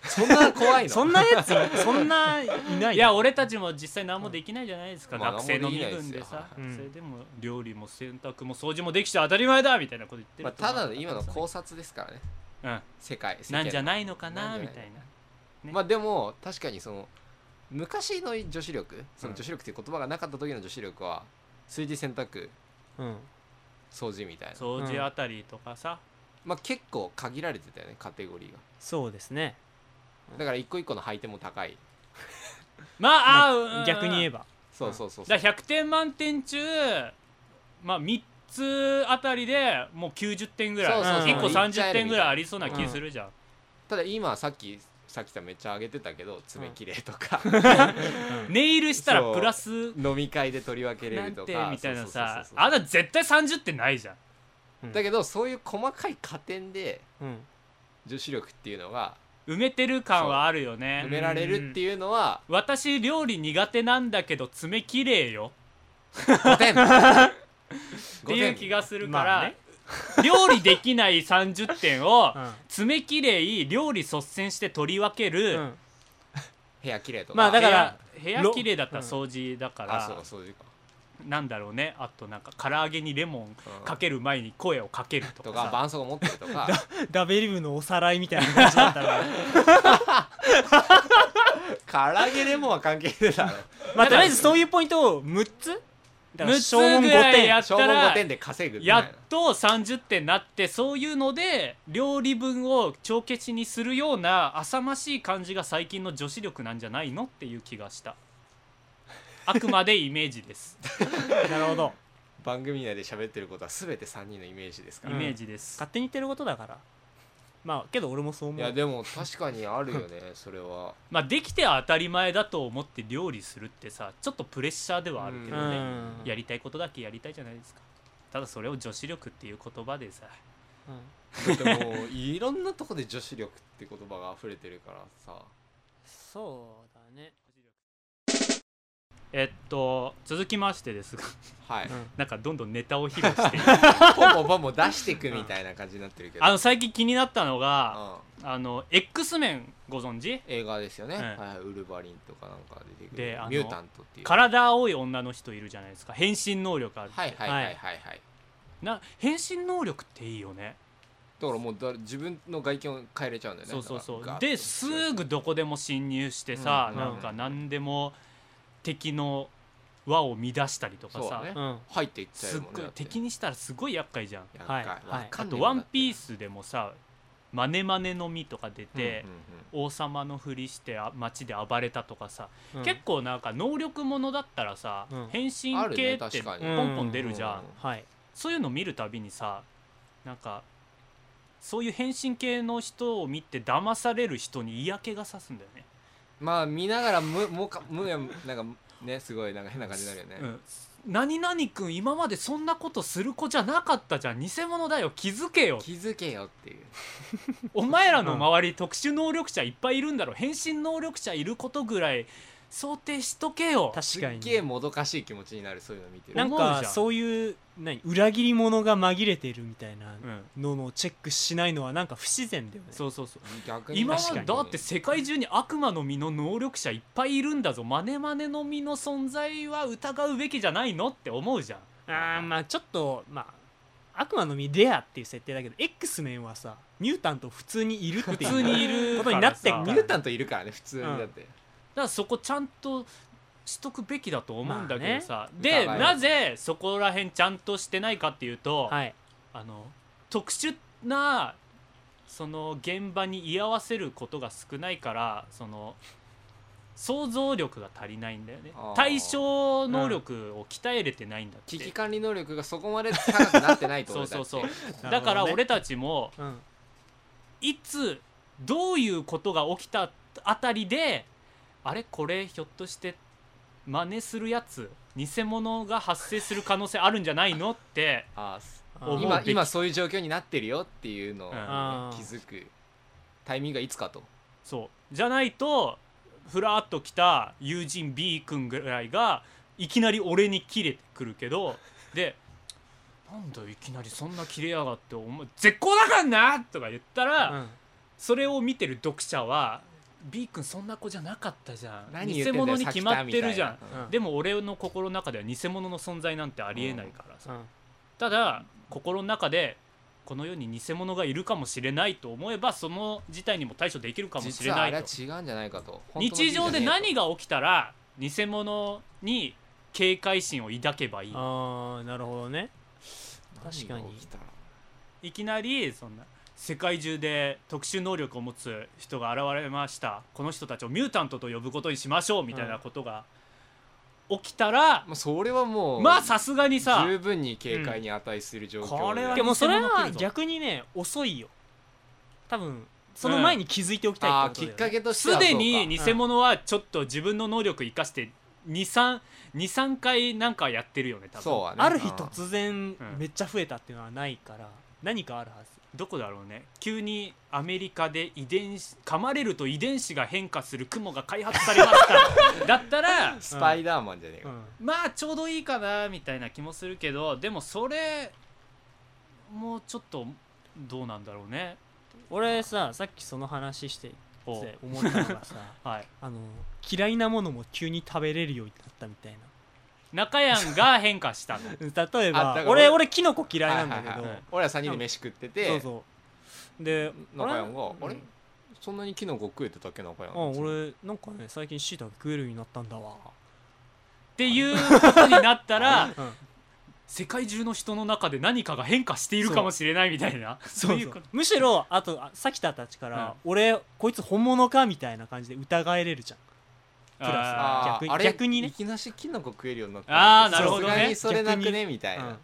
[SPEAKER 3] そんな怖いの
[SPEAKER 2] そんなやつそんないない
[SPEAKER 1] いや俺たちも実際何もできないじゃないですか、
[SPEAKER 3] まあ
[SPEAKER 1] 学生の身
[SPEAKER 3] 何もでき
[SPEAKER 1] 分
[SPEAKER 3] ない
[SPEAKER 1] で
[SPEAKER 3] です
[SPEAKER 1] さ
[SPEAKER 3] よ
[SPEAKER 2] はいはい
[SPEAKER 1] それでも料理も洗濯も掃除もできちゃ当たり前だみたいなこと言って
[SPEAKER 3] まあ、
[SPEAKER 1] ると
[SPEAKER 3] た
[SPEAKER 1] 思う
[SPEAKER 3] だ今の考察ですからね
[SPEAKER 1] うん
[SPEAKER 3] 世界世間
[SPEAKER 1] なんじゃないのかな
[SPEAKER 3] なん
[SPEAKER 1] み
[SPEAKER 3] じゃ
[SPEAKER 1] た
[SPEAKER 3] ないい
[SPEAKER 1] なね
[SPEAKER 3] まあでも確かにその昔の女子力その女子力っていう言葉がなかった時の女子力は炊事洗濯
[SPEAKER 2] うん
[SPEAKER 3] 掃除みたいな、
[SPEAKER 1] 掃除あたりとかさ、
[SPEAKER 3] まあ、結構限られてたよねカテゴリーが
[SPEAKER 2] そうですね
[SPEAKER 3] だから一個一個の配点も高い
[SPEAKER 1] まあ、あー
[SPEAKER 2] 逆に言え
[SPEAKER 1] ば
[SPEAKER 2] ば
[SPEAKER 3] そうそうそうそ
[SPEAKER 1] だ
[SPEAKER 3] う
[SPEAKER 1] から100点満点中まあ3つあたりでもう90点ぐらい
[SPEAKER 3] そう
[SPEAKER 2] そうそう
[SPEAKER 1] 1個
[SPEAKER 2] うん
[SPEAKER 1] 30点ぐらいありそうな気するじゃん、
[SPEAKER 3] ただ今さっきさきさんめっちゃ上げてたけど爪綺麗と か、
[SPEAKER 1] ネイルしたら
[SPEAKER 3] そう
[SPEAKER 1] プラス
[SPEAKER 3] 飲み会で取り分けれ
[SPEAKER 1] な
[SPEAKER 3] る
[SPEAKER 1] ん
[SPEAKER 3] と
[SPEAKER 1] て
[SPEAKER 3] か
[SPEAKER 1] みたいな
[SPEAKER 3] そう
[SPEAKER 1] さ
[SPEAKER 3] そうそうそう
[SPEAKER 1] あなた絶対30点ないじゃん
[SPEAKER 3] だけどそういう細かい加点で
[SPEAKER 2] うん
[SPEAKER 3] 女子力っていうのが
[SPEAKER 1] 埋めてる感はあるよね
[SPEAKER 3] 埋められるっていうの は
[SPEAKER 1] 私料理苦手なんだけど爪綺麗よ
[SPEAKER 3] 5点
[SPEAKER 1] っていう気がするから、
[SPEAKER 2] まあね
[SPEAKER 1] 料理できない30点を
[SPEAKER 2] うん
[SPEAKER 1] 爪綺麗料理率先して取り分ける、
[SPEAKER 2] うん
[SPEAKER 3] 部屋綺麗とか
[SPEAKER 2] まあだ
[SPEAKER 1] だ
[SPEAKER 2] か
[SPEAKER 1] からら部屋
[SPEAKER 2] ろ
[SPEAKER 1] 綺麗だったら掃除だか
[SPEAKER 3] あそう
[SPEAKER 1] ら
[SPEAKER 3] か、そういうか
[SPEAKER 1] なんだろうねあとなんか唐揚げにレモンかける前に声をかけると
[SPEAKER 3] と
[SPEAKER 1] か
[SPEAKER 3] か
[SPEAKER 1] さ
[SPEAKER 3] 絆創膏持ってると か
[SPEAKER 2] ダベリブのおさらいみたいな感じだったら
[SPEAKER 3] 唐揚げレモンは関係ねえだろ
[SPEAKER 2] まあとりあえずそういうポイントを6つだから
[SPEAKER 1] 6つ
[SPEAKER 2] 小問
[SPEAKER 1] ぐら
[SPEAKER 2] 5
[SPEAKER 1] い
[SPEAKER 2] 点
[SPEAKER 1] やっ
[SPEAKER 3] 消
[SPEAKER 1] た
[SPEAKER 3] 防5
[SPEAKER 1] ら
[SPEAKER 3] 点で稼ぐみたい
[SPEAKER 1] や
[SPEAKER 3] な
[SPEAKER 1] っと30点なってそういうので料理分を帳消しにするような浅ましい感じが最近の女子力なんじゃないの っていう気がしたあくまでイメージです
[SPEAKER 2] なるほど
[SPEAKER 3] 番組内で喋ってることは全て3人のイメージですから、
[SPEAKER 1] イメージです、
[SPEAKER 2] 勝手に言ってることだからまあけど俺もそう
[SPEAKER 3] い
[SPEAKER 2] 思
[SPEAKER 3] や
[SPEAKER 2] う
[SPEAKER 3] でも確かにあるよ ねそれは
[SPEAKER 1] まあできて当たり前だと思って料理するってさちょっとプレッシャーではあるけ
[SPEAKER 2] う
[SPEAKER 1] ど
[SPEAKER 3] う
[SPEAKER 1] ね、
[SPEAKER 2] ん
[SPEAKER 1] やりたいことだけやりたいじゃないですかただそれを女子力っていう言葉でさ
[SPEAKER 2] うん
[SPEAKER 3] だってもういろんなとこで女子力って言葉が溢れてるからさ
[SPEAKER 2] そうだね、
[SPEAKER 1] えっと続きましてですが
[SPEAKER 3] はいう
[SPEAKER 2] ん
[SPEAKER 1] なんかどんどんネタを披露 していく
[SPEAKER 3] ポンポンポンポン出していくみたいな感じになってるけど、
[SPEAKER 1] あの最近気になったのが
[SPEAKER 3] うん
[SPEAKER 1] あの X メンご存知
[SPEAKER 3] 映画ですよね、
[SPEAKER 1] うん
[SPEAKER 3] はい、ウルヴァリンとかなんか出てく
[SPEAKER 1] で
[SPEAKER 3] る
[SPEAKER 1] あの
[SPEAKER 3] ミュータントっていう
[SPEAKER 1] 体青い女の人いるじゃないですか変身能力あるって
[SPEAKER 3] はいはいはいはいはい、
[SPEAKER 1] な変身能力っていいよね
[SPEAKER 3] だからもうだ自分の外見を変えれちゃうんだよね
[SPEAKER 1] そうそうそう
[SPEAKER 3] だからガーッと
[SPEAKER 1] ですぐどこでも侵入してさ、
[SPEAKER 3] うん
[SPEAKER 1] なんか何でも敵の輪を乱したりとか
[SPEAKER 3] そう
[SPEAKER 1] さ、
[SPEAKER 3] だね
[SPEAKER 2] うん
[SPEAKER 3] 入っていっちゃう
[SPEAKER 1] すっ
[SPEAKER 3] もんね
[SPEAKER 1] ごい
[SPEAKER 3] だって
[SPEAKER 1] 敵にしたらすごい厄介じゃん
[SPEAKER 3] やっ
[SPEAKER 2] はい
[SPEAKER 3] かい
[SPEAKER 2] はい
[SPEAKER 3] わか
[SPEAKER 1] あ
[SPEAKER 3] んねえ
[SPEAKER 1] と「
[SPEAKER 3] もん
[SPEAKER 1] ワンピー
[SPEAKER 3] だっ
[SPEAKER 1] スでもさ「マネマネの実」とか出
[SPEAKER 3] て
[SPEAKER 1] て、
[SPEAKER 3] うんうんうん
[SPEAKER 1] 王様のふりしてあ街で暴れたとかさ、
[SPEAKER 2] うん
[SPEAKER 1] 結構なんか能力ものだったらさ、
[SPEAKER 2] うん
[SPEAKER 1] 変身
[SPEAKER 3] ある
[SPEAKER 1] 系
[SPEAKER 3] ね
[SPEAKER 1] って
[SPEAKER 3] 確
[SPEAKER 1] ポ
[SPEAKER 3] か
[SPEAKER 1] ン
[SPEAKER 3] に
[SPEAKER 1] ポン出るじゃん、
[SPEAKER 3] うん
[SPEAKER 2] はい
[SPEAKER 1] そういうの見るたびにさなんかそういう変身系の人を見て騙される人に嫌気がさすんだよね、
[SPEAKER 3] まあ見ながらむもかむやなんかねすごいなんか変な感じになるよね、
[SPEAKER 1] うん、何々君今までそんなことする子じゃなかったじゃん偽物だよ気づけよ
[SPEAKER 3] 気づけよっていう
[SPEAKER 1] お前らの周り、特殊能力者いっぱいいるんだろ変身能力者いることぐらい想定しとけよ
[SPEAKER 2] 確かに
[SPEAKER 3] すっげえもどかしい気持ちになるそういうの見てる
[SPEAKER 2] なん
[SPEAKER 1] 思う
[SPEAKER 2] か
[SPEAKER 1] じゃん
[SPEAKER 2] そういう何裏切り者が紛れてるみたいな
[SPEAKER 1] うん、
[SPEAKER 2] ののをチェックしないのはなんか不自然だよね
[SPEAKER 1] そうそうそう
[SPEAKER 3] 逆に
[SPEAKER 1] 今
[SPEAKER 2] 確か
[SPEAKER 1] は
[SPEAKER 2] に
[SPEAKER 1] だって世界中に悪魔の実の能力者いっぱいいるんだぞマネマネの実の存在は疑うべきじゃないのって思うじゃん
[SPEAKER 2] あーまあちょっとまあ悪魔の実レアっていう設定だけど X メンはさミュータント普通にいるっていう
[SPEAKER 1] 普通にいる
[SPEAKER 2] ことになってっから
[SPEAKER 1] さ
[SPEAKER 3] ミュータントいるからね普通にだ
[SPEAKER 1] だ
[SPEAKER 3] って、
[SPEAKER 1] からそこちゃんとしとくべきだと思うんだけどさ、
[SPEAKER 3] あね
[SPEAKER 1] で
[SPEAKER 3] 疑い
[SPEAKER 1] なぜそこら辺ちゃんとしてないかっていうと、
[SPEAKER 2] はい
[SPEAKER 1] あの特殊なその現場に居合わせることが少ないからその想像力が足りないんだよね
[SPEAKER 3] あー
[SPEAKER 1] 対象能力を鍛えれてないんだって、
[SPEAKER 3] 危機管理能力がそこまで高くなってないと
[SPEAKER 1] そ
[SPEAKER 3] 思
[SPEAKER 1] う
[SPEAKER 3] う
[SPEAKER 1] そうそう
[SPEAKER 3] だっ
[SPEAKER 1] だから
[SPEAKER 2] なるほどね
[SPEAKER 1] 俺たちも
[SPEAKER 2] うん
[SPEAKER 1] いつどういうことが起きたあたりであれこれひょっとして真似するやつ偽物が発生する可能性あるんじゃないのって
[SPEAKER 3] て あ
[SPEAKER 2] 思
[SPEAKER 3] ー
[SPEAKER 2] う
[SPEAKER 3] 今
[SPEAKER 1] べき
[SPEAKER 3] 今そういう状況になってるよっていうのをね、
[SPEAKER 1] うん
[SPEAKER 2] あー
[SPEAKER 3] 気づくタイミングがいつかと
[SPEAKER 1] そうじゃないとふらっと来た友人 B 君ぐらいがいきなり俺にキレてくるけどで「なんだよいきなりそんなキレやがってお前絶好だからな!」とか言ったら、
[SPEAKER 2] うん
[SPEAKER 1] それを見てる読者は「B 君そんな子じゃなかったじゃん
[SPEAKER 3] 何言
[SPEAKER 1] 偽
[SPEAKER 3] ってんだよ
[SPEAKER 1] 物に決まってるじゃ
[SPEAKER 3] さ
[SPEAKER 1] ん
[SPEAKER 3] っき」
[SPEAKER 2] うん
[SPEAKER 1] でも俺の心の中では偽物の存在なんてありえないからさ、
[SPEAKER 2] うん
[SPEAKER 1] ただ心の中でこの世に偽物がいるかもしれないと思えばその事態にも対処できるかもし
[SPEAKER 3] 実
[SPEAKER 1] れ
[SPEAKER 3] は
[SPEAKER 1] な
[SPEAKER 3] あ
[SPEAKER 1] い
[SPEAKER 3] れ
[SPEAKER 1] と
[SPEAKER 3] は違うんじゃないかと
[SPEAKER 1] 日常で何が起きたら偽物に警戒心を抱けばいい
[SPEAKER 2] ああなるほどね確か
[SPEAKER 3] 確か
[SPEAKER 2] に
[SPEAKER 3] に起きたら
[SPEAKER 1] いきなりそんな世界中で特殊能力を持つ人が現れましたこの人たちをミュータントと呼ぶことにしましょうみたいなことが起きたら、
[SPEAKER 3] まあそれはもう
[SPEAKER 1] まあさすがにさ
[SPEAKER 3] 十分に警戒に値する状況で、
[SPEAKER 1] うんこれは
[SPEAKER 2] でもそれは
[SPEAKER 1] 偽物来るぞ
[SPEAKER 2] 逆にね遅いよ多分その前に気づいておきたい
[SPEAKER 3] ああ
[SPEAKER 2] って
[SPEAKER 3] きっ
[SPEAKER 2] ことだ
[SPEAKER 3] か
[SPEAKER 2] よね
[SPEAKER 3] けとして
[SPEAKER 1] す
[SPEAKER 3] はそうか
[SPEAKER 1] でに偽物はちょっと自分の能力生かして23回なんかやってるよね多分
[SPEAKER 3] そうはね
[SPEAKER 2] ある日
[SPEAKER 3] うん
[SPEAKER 2] 突然
[SPEAKER 1] ん
[SPEAKER 2] めっちゃ増えたっていうのはないから何かあるはず
[SPEAKER 1] どこだろうね急にアメリカで遺伝子噛まれると遺伝子が変化する雲が開発されま しただったら
[SPEAKER 3] スパイダーマンじゃねえ
[SPEAKER 2] う
[SPEAKER 3] か、
[SPEAKER 2] ん
[SPEAKER 1] まあちょうどいいかなみたいな気もするけどでもそれもうちょっとどうなんだろうね
[SPEAKER 2] 俺ささっきその話して
[SPEAKER 1] お
[SPEAKER 2] て思ったのが さ
[SPEAKER 1] はい
[SPEAKER 2] あの嫌いなものも急に食べれるようになったみたいな
[SPEAKER 1] 中山が変化したの
[SPEAKER 2] うん例え
[SPEAKER 3] あ
[SPEAKER 2] ば
[SPEAKER 3] だから
[SPEAKER 2] 俺
[SPEAKER 3] 俺
[SPEAKER 2] 俺キノコ嫌いなんだけ
[SPEAKER 3] はい
[SPEAKER 2] ど
[SPEAKER 3] はいはい俺ら3人で飯食ってて
[SPEAKER 2] そうそうで
[SPEAKER 3] 中山が
[SPEAKER 2] 俺
[SPEAKER 3] あれ
[SPEAKER 2] うん
[SPEAKER 3] そんなにキノコ食えてたっけ中山
[SPEAKER 2] あ俺なんかね最近椎茸食えるようになったんだわ
[SPEAKER 1] っていうことになったら
[SPEAKER 2] うん
[SPEAKER 1] 世界中の人の中で何かが変化しているかもしれないみたいなそういうこと
[SPEAKER 2] むしろあとあさきたたちから、俺こいつ本物かみたいな感じで疑えれるじゃんプラ
[SPEAKER 1] あ
[SPEAKER 3] あー
[SPEAKER 2] 逆に
[SPEAKER 3] あれ
[SPEAKER 2] 逆にね
[SPEAKER 3] いきなしきのこ食えるようになった
[SPEAKER 1] あーなるほどね
[SPEAKER 3] さすがにそれなくねみたい
[SPEAKER 2] ス、う、
[SPEAKER 3] なん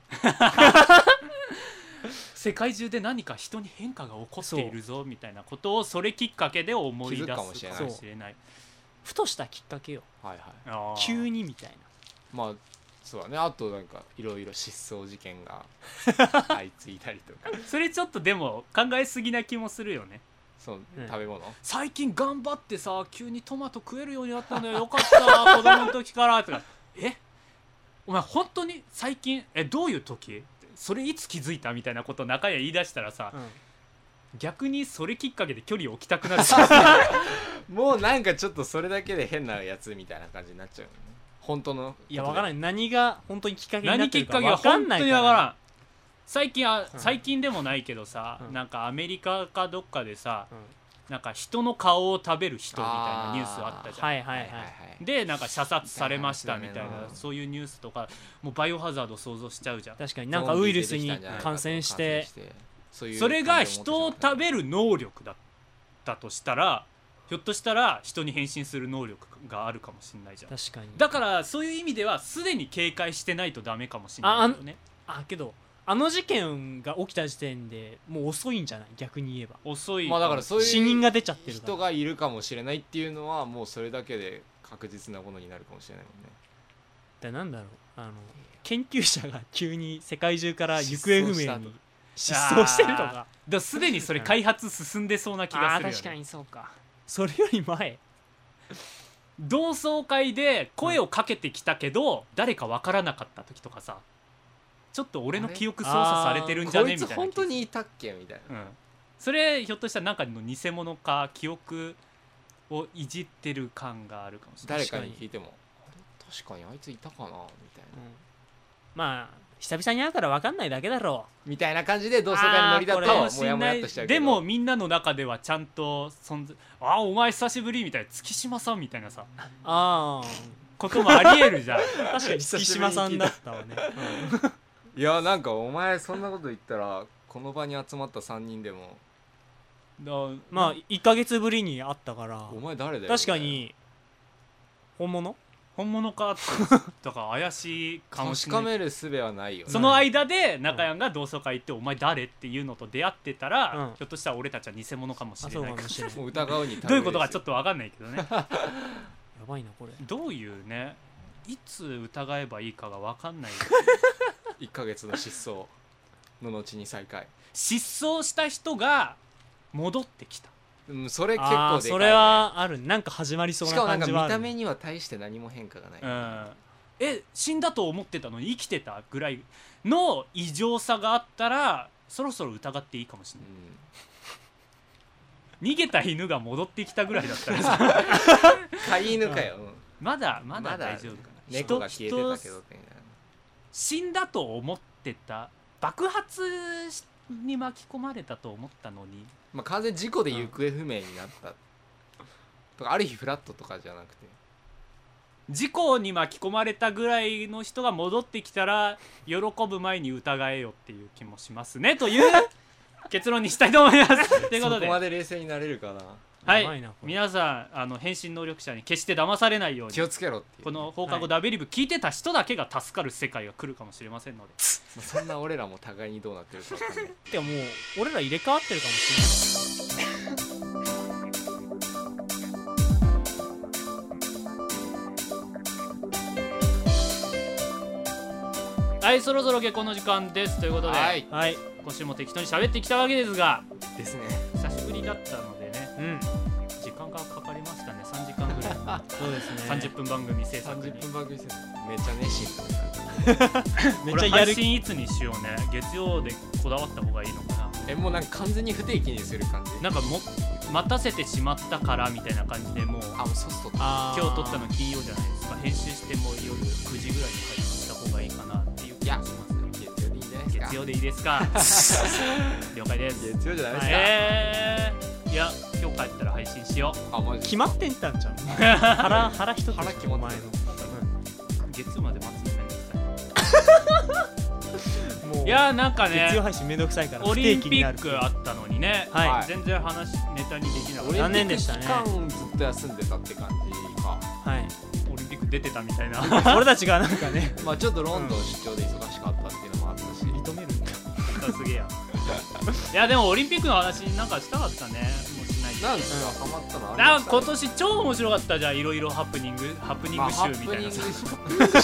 [SPEAKER 1] 世界中で何か人に変化が起こっているぞみたいなことをそれきっかけで思い出すかもしれない
[SPEAKER 2] 気づくかもしれないふとしたきっかけよ
[SPEAKER 3] はいはい
[SPEAKER 1] あー
[SPEAKER 2] 急にみたいな
[SPEAKER 3] まあそうだねあとなんかいろいろ失踪事 件が相次いだりとか
[SPEAKER 1] それちょっとでも考えすぎな気もするよね
[SPEAKER 3] そう
[SPEAKER 2] うん
[SPEAKER 3] 食べ物
[SPEAKER 1] 最近頑張ってさ急にトマト食えるようになったのよよかった子供の時からとか えお前本当に最近えどういう時それいつ気づいたみたいなこと中谷言い出したらさ、
[SPEAKER 2] うん
[SPEAKER 1] 逆にそれきっかけで距離を置きたくなっちゃう
[SPEAKER 3] もうなんかちょっとそれだけで変なやつみたいな感じになっちゃうよね本当の
[SPEAKER 2] いやわから
[SPEAKER 3] い
[SPEAKER 2] ない何が本当にきっかけになっ
[SPEAKER 1] 何
[SPEAKER 2] て
[SPEAKER 1] きっ
[SPEAKER 2] る
[SPEAKER 1] か
[SPEAKER 2] か
[SPEAKER 1] けは
[SPEAKER 2] わか
[SPEAKER 1] 本
[SPEAKER 2] んな
[SPEAKER 1] 当
[SPEAKER 2] い
[SPEAKER 1] に
[SPEAKER 2] か
[SPEAKER 1] わかららん最近あ
[SPEAKER 2] うん
[SPEAKER 1] 最近でもないけどさ、
[SPEAKER 2] うん
[SPEAKER 1] なんかアメリカかどっかでさ
[SPEAKER 2] うん
[SPEAKER 1] なんか人の顔を食べる人みたいなニュースあったじゃん
[SPEAKER 2] はいはいはい、
[SPEAKER 1] でなんか射殺されましたみたい
[SPEAKER 2] みたいな
[SPEAKER 1] な
[SPEAKER 2] やつだよね
[SPEAKER 1] そういうニュースとかもうバイオハザード想像しちゃうじゃん
[SPEAKER 2] 確かになんかウイルスに感染して
[SPEAKER 3] そういう
[SPEAKER 1] それが人を食べる能力だったとしたらひょっとしたら人に変身する能力があるかもしれないじゃん
[SPEAKER 2] 確かに
[SPEAKER 1] だからそういう意味ではすでに警戒してないとダメかもしれないよね
[SPEAKER 2] あけどあの事件が起きた時点でもう遅いんじゃない逆に言えば
[SPEAKER 1] 遅い
[SPEAKER 3] まあだからそういう
[SPEAKER 2] 死人が出ちゃってるから
[SPEAKER 3] 人がいるかもしれないっていうのはもうそれだけで確実なものになるかもしれないもんね
[SPEAKER 2] でなんだろうあの研究者が急に世界中から行方不
[SPEAKER 3] 失
[SPEAKER 2] 明
[SPEAKER 3] 踪したと
[SPEAKER 2] に失踪してるとか
[SPEAKER 1] だすでにそれ開発進んでそうな気がするよ、ね、
[SPEAKER 2] にそうかそれより前
[SPEAKER 1] 同窓会で声をかけてきたけど、誰かわからなかった時とかさちょっと俺の記憶操作されてるんじゃ
[SPEAKER 3] こ
[SPEAKER 1] ね
[SPEAKER 3] い
[SPEAKER 1] みた
[SPEAKER 3] つ
[SPEAKER 1] いな
[SPEAKER 3] 本当にいたっけみたいな
[SPEAKER 1] うん、それひょっとしたらなんかの偽物か記憶をいじってる感があるかもしれない
[SPEAKER 3] 誰
[SPEAKER 2] 確か
[SPEAKER 3] か
[SPEAKER 2] に
[SPEAKER 3] に聞いてもあれ確かにあいついたかなみたいな
[SPEAKER 2] まあ久々に会うから分かんないだけだろ
[SPEAKER 3] みたいな感じで同窓会に乗りだ
[SPEAKER 2] あー
[SPEAKER 3] と
[SPEAKER 2] こ
[SPEAKER 3] もやもやっとしちゃうけど
[SPEAKER 1] でもみんなの中ではちゃんと存在あお前久しぶりみたいな月島さんみたいなさ
[SPEAKER 2] うあ
[SPEAKER 1] こともありえる じゃん
[SPEAKER 2] あ確かに月島さんだったわね
[SPEAKER 3] いやなんかお前そんなこと言ったらこの場に集まった3人でも
[SPEAKER 1] だ
[SPEAKER 2] まあ1か月ぶりに会ったから
[SPEAKER 3] お前誰だよ
[SPEAKER 2] 確かに本物
[SPEAKER 1] 本物かってだから怪しいかもしれ
[SPEAKER 3] 確
[SPEAKER 1] な
[SPEAKER 3] か
[SPEAKER 1] い
[SPEAKER 3] める術はないよね
[SPEAKER 1] その間で中山が同窓会行って「お前誰?」っていうのと出会ってたら、
[SPEAKER 2] うん
[SPEAKER 1] ひょっとしたら俺たちは偽物かもし
[SPEAKER 2] あ
[SPEAKER 1] れ
[SPEAKER 2] そう
[SPEAKER 1] ないか
[SPEAKER 2] かも
[SPEAKER 1] ら
[SPEAKER 2] しれない
[SPEAKER 3] も
[SPEAKER 2] や
[SPEAKER 3] う疑うに
[SPEAKER 1] どういうことかちょっ
[SPEAKER 3] と
[SPEAKER 1] と分かんないけどね
[SPEAKER 2] ばいなこれ
[SPEAKER 1] どういうねいつ疑えばいいかが分かん ない
[SPEAKER 3] 1ヶ月の失踪の後に再会
[SPEAKER 1] 失踪した人が戻ってきた
[SPEAKER 3] うんそれ
[SPEAKER 2] あ
[SPEAKER 3] 結構
[SPEAKER 2] あ
[SPEAKER 3] でかいね
[SPEAKER 2] それはあるなんか始まりそう
[SPEAKER 3] し
[SPEAKER 2] な
[SPEAKER 3] かもなん
[SPEAKER 2] 感
[SPEAKER 3] か
[SPEAKER 2] じ
[SPEAKER 3] 見
[SPEAKER 2] はあ
[SPEAKER 3] た
[SPEAKER 2] る
[SPEAKER 3] 目には大して何も変化がない、
[SPEAKER 1] うんえ死んだと思ってたのに生きてたぐらいの異常さがあったらそろそろ疑っていいかもしれな
[SPEAKER 3] うん
[SPEAKER 1] い逃げた犬が戻ってきたぐらいだったらさ
[SPEAKER 3] 飼い犬かよ、うん
[SPEAKER 1] まだまだ大丈夫かな
[SPEAKER 3] 猫が消えてたけどみたいな
[SPEAKER 1] 死んだと思ってた爆発に巻き込まれたと思ったのに
[SPEAKER 3] まあ完全に事故で行方不明になった、とかある日フラットとかじゃなくて
[SPEAKER 1] 事故に巻き込まれたぐらいの人が戻ってきたら喜ぶ前に疑えよっていう気もしますねという 結論にしたいと思い ます。ということ
[SPEAKER 3] そ
[SPEAKER 1] で
[SPEAKER 3] こまで冷静になれるかな
[SPEAKER 1] は
[SPEAKER 2] やばい
[SPEAKER 1] い
[SPEAKER 2] なこれ
[SPEAKER 1] 皆さんあの変身能力者に決して騙されないよう
[SPEAKER 3] 気
[SPEAKER 1] に
[SPEAKER 3] をつけろっていう
[SPEAKER 1] この放課後ダベリブ聞いてた人だけが助かる世界が来るかもしれませんので
[SPEAKER 3] まあそんな俺らも互いにどうなってるかわかんない
[SPEAKER 2] でももう俺ら入れ替わってるかもしれない
[SPEAKER 1] はいそろそろ下校の時間ですということで、
[SPEAKER 3] はい
[SPEAKER 2] はい
[SPEAKER 1] 今週も適当に喋ってきたわけですが
[SPEAKER 3] ですね
[SPEAKER 1] 久しぶりだったのでね
[SPEAKER 2] うん
[SPEAKER 1] 時間がかかりましたね3時間ぐらい
[SPEAKER 2] そうですね
[SPEAKER 1] 30分番組制作に
[SPEAKER 3] 30分番組ですめっちゃ熱心だね
[SPEAKER 2] めっ
[SPEAKER 1] こ
[SPEAKER 2] ちゃ
[SPEAKER 1] れ
[SPEAKER 2] や
[SPEAKER 1] 配
[SPEAKER 2] る気
[SPEAKER 1] 信いつにしようね月曜でこだわった方がいいのか
[SPEAKER 3] えもうなんか完全に不定期にする感じ
[SPEAKER 1] ななんかも待たせてしまったからみたいな感じでもう
[SPEAKER 3] あもうソストって
[SPEAKER 2] あー
[SPEAKER 1] 今日撮ったの金曜じゃないですか編集してもう夜9時ぐらいに配信した方がいいかなっていう気がしますね
[SPEAKER 3] 月曜でいいんじゃないですか
[SPEAKER 1] 月曜でいいですか 了解です
[SPEAKER 3] 月曜じゃないですか、
[SPEAKER 1] えー、いや今日帰ったら配信しよう
[SPEAKER 3] あマジ
[SPEAKER 2] 決まってんたんじゃん腹腹一つ
[SPEAKER 3] 腹決まって
[SPEAKER 2] 前
[SPEAKER 3] る
[SPEAKER 1] 月曜まで待つのめんどくさ
[SPEAKER 2] のもう
[SPEAKER 1] いいやーなんか
[SPEAKER 2] 月曜
[SPEAKER 1] ね
[SPEAKER 2] 配信めんどくさいから
[SPEAKER 1] オ
[SPEAKER 2] 不
[SPEAKER 1] リ
[SPEAKER 2] 定
[SPEAKER 1] ン
[SPEAKER 2] 期
[SPEAKER 1] ピ
[SPEAKER 2] にな
[SPEAKER 1] ッ
[SPEAKER 2] る
[SPEAKER 1] クあったのにね、
[SPEAKER 2] はい
[SPEAKER 3] はい
[SPEAKER 1] 全然話ネタにできなかった
[SPEAKER 3] オリンピ
[SPEAKER 2] 残念
[SPEAKER 3] ック
[SPEAKER 2] で
[SPEAKER 3] 期
[SPEAKER 2] したね
[SPEAKER 3] 間ずっと休んでたって感じか
[SPEAKER 2] はい、
[SPEAKER 1] オリンピック出てたみたいな
[SPEAKER 2] 俺たちがなんかね
[SPEAKER 3] まあちょっとロンドン出張で忙しかったっていうのもあったし、
[SPEAKER 2] 認めるんだ
[SPEAKER 1] す げえやいやでもオリンピックの話なんかしたかったねもうしないけど
[SPEAKER 3] なんですか、ハマったのあ
[SPEAKER 1] な
[SPEAKER 3] りま
[SPEAKER 1] ん
[SPEAKER 3] し
[SPEAKER 1] か
[SPEAKER 3] た
[SPEAKER 1] 今年超面白かったじゃんいろいろハプニングハプニン
[SPEAKER 3] まあ
[SPEAKER 1] グ
[SPEAKER 3] ハ
[SPEAKER 1] 集
[SPEAKER 3] プニン
[SPEAKER 1] みたいなさ、
[SPEAKER 3] グ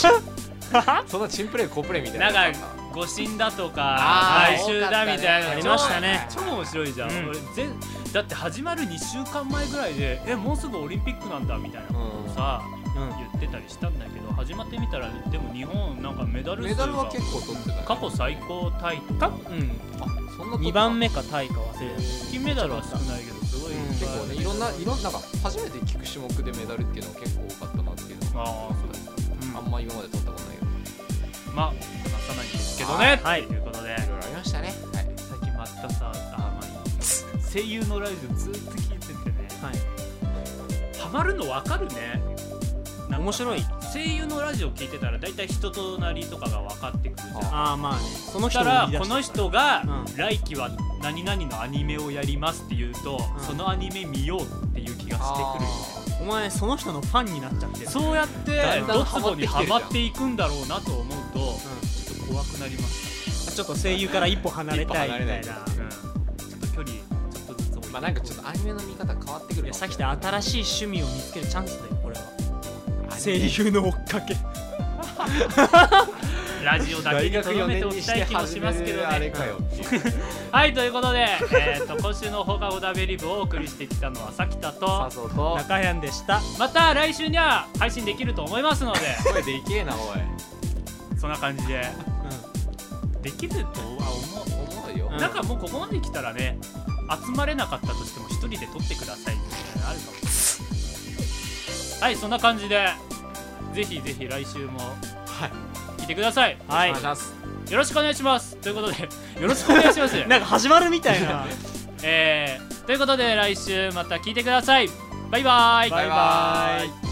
[SPEAKER 3] そんなチンプレイコプレイみたい
[SPEAKER 1] な
[SPEAKER 3] なん
[SPEAKER 1] か誤診だとか
[SPEAKER 3] あー
[SPEAKER 1] 来週だみたいな
[SPEAKER 2] 多かったねありましたね
[SPEAKER 1] 超超面白いじゃん、
[SPEAKER 2] うん
[SPEAKER 1] 俺全だって始まる2週間前ぐらいでえもうすぐオリンピックなんだみたいなことをさ、
[SPEAKER 2] うん
[SPEAKER 1] 言ってたりしたんだけど始まってみたらでも日本なんかメダル
[SPEAKER 3] メ
[SPEAKER 1] 数
[SPEAKER 3] ダルは
[SPEAKER 1] が
[SPEAKER 3] 結構取ってたね
[SPEAKER 1] 過去最高タイと
[SPEAKER 2] か
[SPEAKER 1] か
[SPEAKER 2] うん
[SPEAKER 3] あそんな取
[SPEAKER 2] 2
[SPEAKER 3] った
[SPEAKER 2] 番目かタイか忘れた
[SPEAKER 1] 金メダルは少ないけどすごいいっ
[SPEAKER 2] うん
[SPEAKER 1] ぱ
[SPEAKER 3] 結
[SPEAKER 1] いあ
[SPEAKER 3] 構
[SPEAKER 1] る
[SPEAKER 3] ねいろんないろんななんか初めて聞く種目でメダルっていうのが結構多かったなっていう
[SPEAKER 1] あ
[SPEAKER 3] のが
[SPEAKER 1] あそうだ
[SPEAKER 2] うん
[SPEAKER 3] あんま今まで取ったことないけど
[SPEAKER 1] まあ話さないですけどね
[SPEAKER 2] はい
[SPEAKER 1] ということで
[SPEAKER 3] いろいろありましたねはい
[SPEAKER 1] 最近またさあまあいい声優のラジオずっと聞いててね
[SPEAKER 2] はい
[SPEAKER 1] ハマるの分かるねなんか
[SPEAKER 2] 面白い
[SPEAKER 1] 声優のラジオ聞いてたら大体人となりとかが分かってくるじゃん
[SPEAKER 2] ああまあねその
[SPEAKER 1] そし
[SPEAKER 2] 人
[SPEAKER 1] た
[SPEAKER 2] も
[SPEAKER 1] ら
[SPEAKER 2] 売り出
[SPEAKER 1] こ
[SPEAKER 2] した
[SPEAKER 1] の人が
[SPEAKER 2] うん
[SPEAKER 1] 来期は何々のアニメをやりますって言うと、
[SPEAKER 2] うん
[SPEAKER 1] そのアニメ見ようっていう気がしてくるよね
[SPEAKER 2] お前その人のファンになっちゃってる
[SPEAKER 1] そうやって
[SPEAKER 3] だんだん
[SPEAKER 1] ドツボにはまっていくんだろうなと思うと
[SPEAKER 2] う
[SPEAKER 1] ち
[SPEAKER 2] ん
[SPEAKER 1] ょっと怖くなりまし
[SPEAKER 2] ちょっと声優から一歩離れたいみたい
[SPEAKER 3] 一歩
[SPEAKER 2] な
[SPEAKER 1] た、うん、ちょっと距離ちょっとずつ置いていこう
[SPEAKER 3] まあなんかちょっとアニメの見方変わって
[SPEAKER 2] い
[SPEAKER 3] くるか
[SPEAKER 2] や
[SPEAKER 3] も
[SPEAKER 2] さっき
[SPEAKER 3] し
[SPEAKER 2] 言
[SPEAKER 3] れない
[SPEAKER 2] った新しい趣味を見つけるチャンスだよこれは声
[SPEAKER 3] アニメ
[SPEAKER 2] 優の追っかけ
[SPEAKER 1] ラジオだけに留めておきたい気もしますけど
[SPEAKER 3] あれ
[SPEAKER 1] ね
[SPEAKER 3] かよっていう
[SPEAKER 1] はいということで、 えー、と今週の放課後ダベリブをお送りしてきたのはさきたと
[SPEAKER 3] 笹生と
[SPEAKER 2] 中山でした
[SPEAKER 1] また来週には配信できると思いますので
[SPEAKER 3] 声でけえなおい
[SPEAKER 1] そんな感じで
[SPEAKER 2] う
[SPEAKER 1] できるとは思
[SPEAKER 3] 重いよ
[SPEAKER 2] う
[SPEAKER 1] う、
[SPEAKER 2] ん
[SPEAKER 1] なんかもうここまで来たらね集まれなかったとしても一人で撮ってくださいみたいなのあるかもはいそんな感じでぜひぜひ来週も
[SPEAKER 3] はい
[SPEAKER 1] 聞いてください
[SPEAKER 2] んは
[SPEAKER 3] お願いし
[SPEAKER 2] い
[SPEAKER 3] ます
[SPEAKER 1] よろしくお願いしますということでよろしくお願いします
[SPEAKER 2] なんか始まるみたいな
[SPEAKER 1] えー、ということで来週また聞いてくださいバイバイ
[SPEAKER 2] バイバイ
[SPEAKER 3] イ